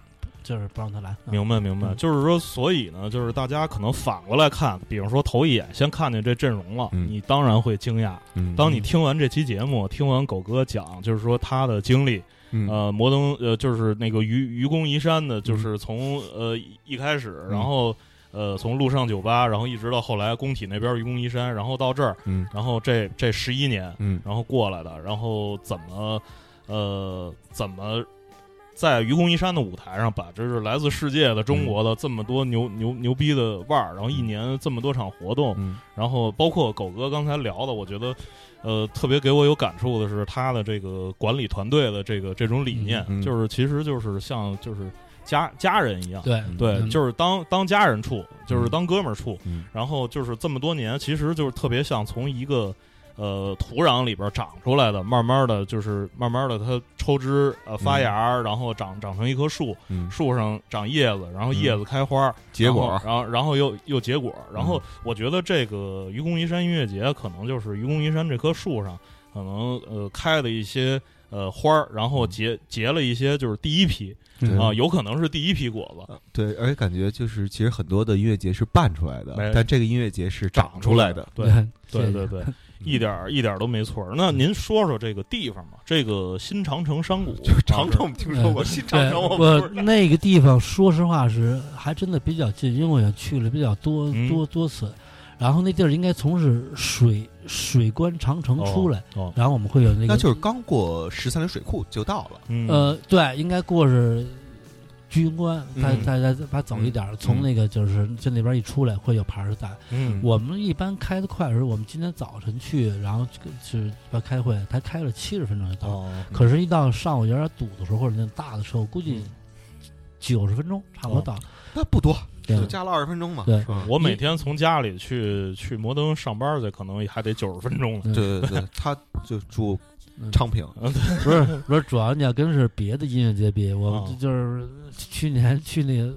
S3: 就是不让他来？嗯
S2: 明白明白，
S3: 嗯
S2: 就是说，所以呢，就是大家可能反过来看，比方说头一眼先看见这阵容了，
S1: 嗯
S2: 你当然会惊讶。
S1: 嗯
S2: 当你听完这期节目，听完狗哥讲，就是说他的经历，
S1: 嗯
S2: 呃，摩登呃，就是那个愚愚公移山的，就是从呃一开始，然后呃从陆上酒吧，然后一直到后来工体那边愚公移山，然后到这儿，
S1: 嗯
S2: 然后这这十一年，
S1: 嗯
S2: 然后过来的，然后怎么呃怎么在愚公移山的舞台上把这是来自世界的中国的这么多牛牛牛逼的腕儿，然后一年这么多场活动，
S1: 嗯
S2: 然后包括狗哥刚才聊的，我觉得，呃，特别给我有感触的是他的这个管理团队的这个这种理念，
S1: 嗯嗯
S2: 就是其实就是像就是家家人一样，
S3: 对
S2: 对，
S3: 嗯
S2: 就是当当家人处，就是当哥们儿处，
S1: 嗯
S2: 然后就是这么多年，其实就是特别像从一个。呃，土壤里边长出来的，慢慢的就是慢慢的，它抽枝呃发芽，然后长长成一棵树，
S1: 嗯，
S2: 树上长叶子，然后叶子开花，
S1: 结果嗯
S2: 然后然后然后又又结果，然后我觉得这个愚公移山音乐节可能就是愚公移山这棵树上可能呃开的一些呃花儿，然后结结了一些就是第一批
S1: 嗯
S3: [laughs]
S2: 啊，有可能是第一批果子。
S1: 呃对，而且感觉就是其实很多的音乐节是办出来的
S2: 没，
S1: 但这个音乐节是长出来的。嗯
S2: 对
S1: [laughs]
S2: 对对对，一点儿一点儿都没错儿。那您说说这个地方吧，这个新长城山谷，
S1: [laughs] 就是长城我们听说过，
S3: 嗯
S1: 新长
S3: 对，
S1: 城们
S3: 我
S1: 不是
S3: [laughs] 那个地方，说实话是还真的比较近，因为我也去了比较多、
S2: 嗯
S3: 多多次。然后那地儿应该从是水水关长城出来，
S2: [laughs] 哦，
S3: 然后我们会有那个
S1: 那就是刚过十三陵水库就到了。
S2: 嗯
S3: 呃，对，应该过是居庸关，再
S1: 嗯
S3: 再再再把走一点儿，从那个就是就那边一出来会有牌儿在。
S2: 嗯，
S3: 我们一般开的快的时候，我们今天早晨去，然后去要开会，才开了七十分钟就到。
S2: 哦，
S3: 可是，一到上午有点堵的时候，或者那种大的车，我估计九十分钟差不多
S2: 嗯哦
S3: 到。
S1: 那不多，
S3: 对
S1: 就加了二十分钟嘛。
S3: 对
S1: 是吧
S2: 我每天从家里去去摩登上班去，可能还得九十分钟呢。
S3: 嗯
S1: 对对对，他就住
S3: 嗯
S1: 昌平，
S3: 不是不是，主要你要跟是别的音乐节比，我
S2: 哦
S3: 们就是去年去那个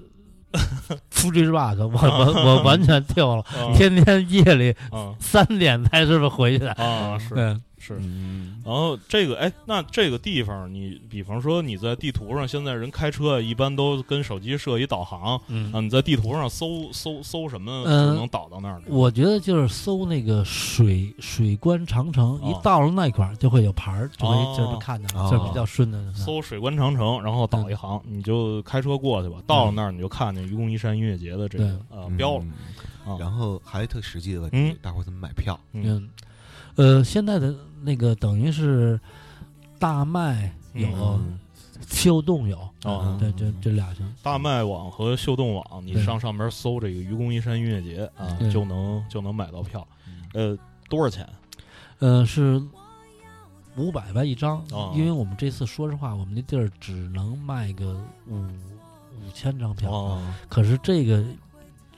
S3: [laughs] f u j i Rock，我我我完全 [laughs] 跳了，
S2: 啊
S3: 天天夜里
S2: 啊
S3: 三点才是不是回去的。
S2: 啊，是
S3: 对，
S2: 是。
S1: 嗯，
S2: 然后这个，哎，那这个地方，你比方说你在地图上，现在人开车一般都跟手机设一导航
S3: 嗯
S2: 啊，你在地图上搜搜搜什么，
S3: 嗯
S2: 就能导到那儿呢？
S3: 我觉得就是搜那个水水关长城，
S2: 哦
S3: 一到了那块儿就会有牌儿，就会
S2: 哦
S3: 就是看见
S1: 哦
S3: 了，就是比较顺的。
S2: 搜水关长城，然后导一行，
S3: 嗯
S2: 你就开车过去吧。到了那儿，你就看见愚公移山音乐节的这个呃标了。
S1: 嗯
S2: 啊
S1: 然后还有特实际的问
S2: 嗯
S1: 题，大伙儿怎么买票？
S2: 嗯
S3: 嗯，呃，现在的那个等于是大麦有
S1: 嗯，
S3: 秀动有，
S2: 哦
S3: 对，这这俩行。
S2: 大麦网和秀动网，你
S3: 对
S2: 上上面搜这个愚公移山音乐节啊，
S3: 对
S2: 就能就能买到票。
S1: 嗯
S2: 呃，多少钱？
S3: 呃，是五百吧一张，
S2: 哦
S3: 因为我们这次说实话，我们那地儿只能卖个五五千张票，
S2: 哦，
S3: 可是这个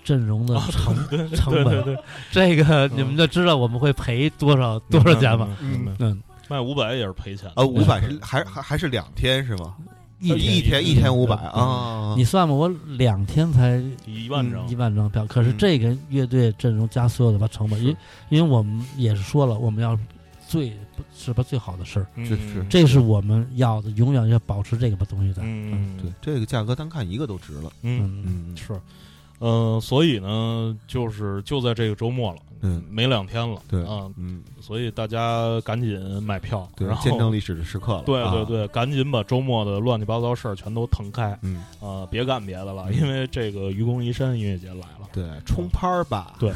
S3: 阵容的成、成
S2: [laughs] 对
S3: 本，
S2: 对对，
S3: 这个
S2: 嗯
S3: 你们就知道我们会赔多少 [laughs] 多少钱吧？
S2: 明白？明白
S3: 嗯，
S2: 卖五百也是赔钱的
S1: 呃，五百是
S2: 对
S1: 还还还是两天是吗？
S3: 一
S1: 呃
S3: 天
S1: 一天
S3: 嗯一
S1: 一
S3: 天
S1: 天五百
S3: 嗯
S1: 啊，
S3: 你算吧，我两天才
S2: 一万张
S3: 一万张票，可是
S1: 嗯
S3: 这个乐队阵容加所有的吧成本，因
S2: 是
S3: 因为我们也是说了，我们要最是吧最好的事儿，
S2: 嗯
S1: 是是
S3: 这是我们要的，永远要保持这个吧东西的。
S2: 嗯
S1: 对，这个价格单看一个都值了。
S2: 嗯
S3: 嗯
S1: 嗯，
S2: 是。嗯、所以呢，就是就在这个周末了，
S1: 嗯
S2: 没两天了，
S1: 对
S2: 啊、
S1: 嗯，
S2: 所以大家赶紧买票，
S1: 对
S2: 然，后
S1: 见证历史的时刻了，
S2: 对
S1: 啊
S2: 对，对，赶紧把周末的乱七八糟事儿全都腾开啊、
S1: 嗯，
S2: 别干别的了，
S1: 嗯
S2: 因为这个愚公移山音乐节来了。
S1: 对，冲拍儿吧，
S2: 对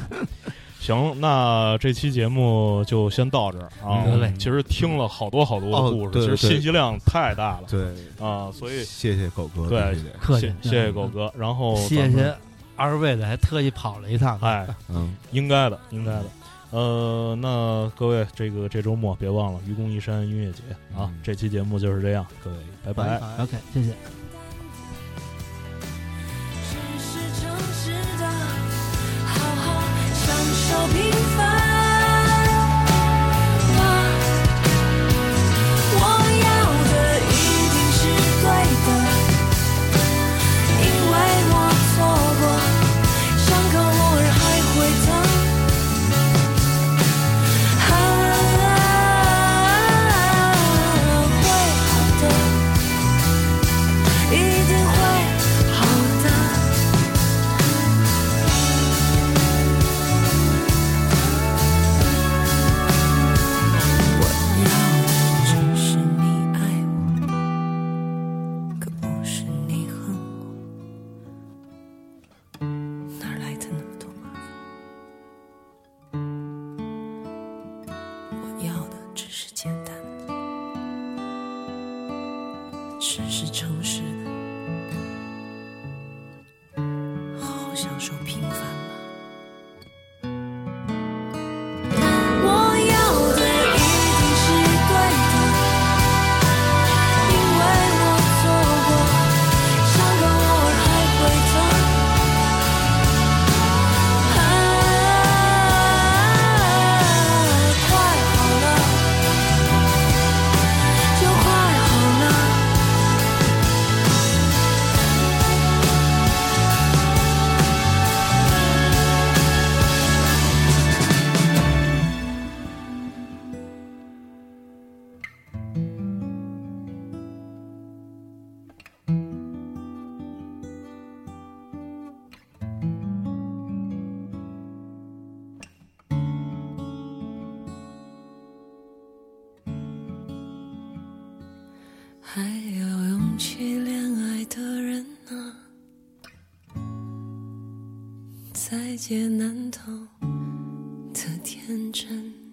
S2: 行，那这期节目就先到这儿啊。
S3: 嗯得嘞
S2: 其实听了好多好多
S1: 哦
S2: 的故事，
S1: 对
S2: 其实
S1: 对
S2: 信息量太大了
S1: 对，
S2: 啊，所以
S1: 谢谢狗哥，
S2: 对
S1: 必须得
S3: 客气嗯
S2: 谢，谢谢狗，哥，然后
S3: 谢
S2: 咱们，
S3: 谢二位的，还特意跑了一趟，啊
S2: 哎，
S1: 嗯，
S2: 应该的，应该的。呃，那各位，这个这周末别忘了愚公移山音乐节啊！
S1: 嗯
S2: 这期节目就是这样，各位，拜拜
S3: ，OK，谢谢。
S4: 真是诚实的，好好享受平凡。我要的一定是对的，因为我错过，伤口偶尔还会疼。啊，会好的。一定会好的。我要的只是你爱我，可不是你恨我，哪来的那么多麻烦？我要的只是简单。只是诚实的，好好享受平凡吧。我要的一定是对的，因为我错过，伤口偶尔还会疼。啊，快好了，就快好了。还有勇气恋爱的人啊，在劫难逃的天真。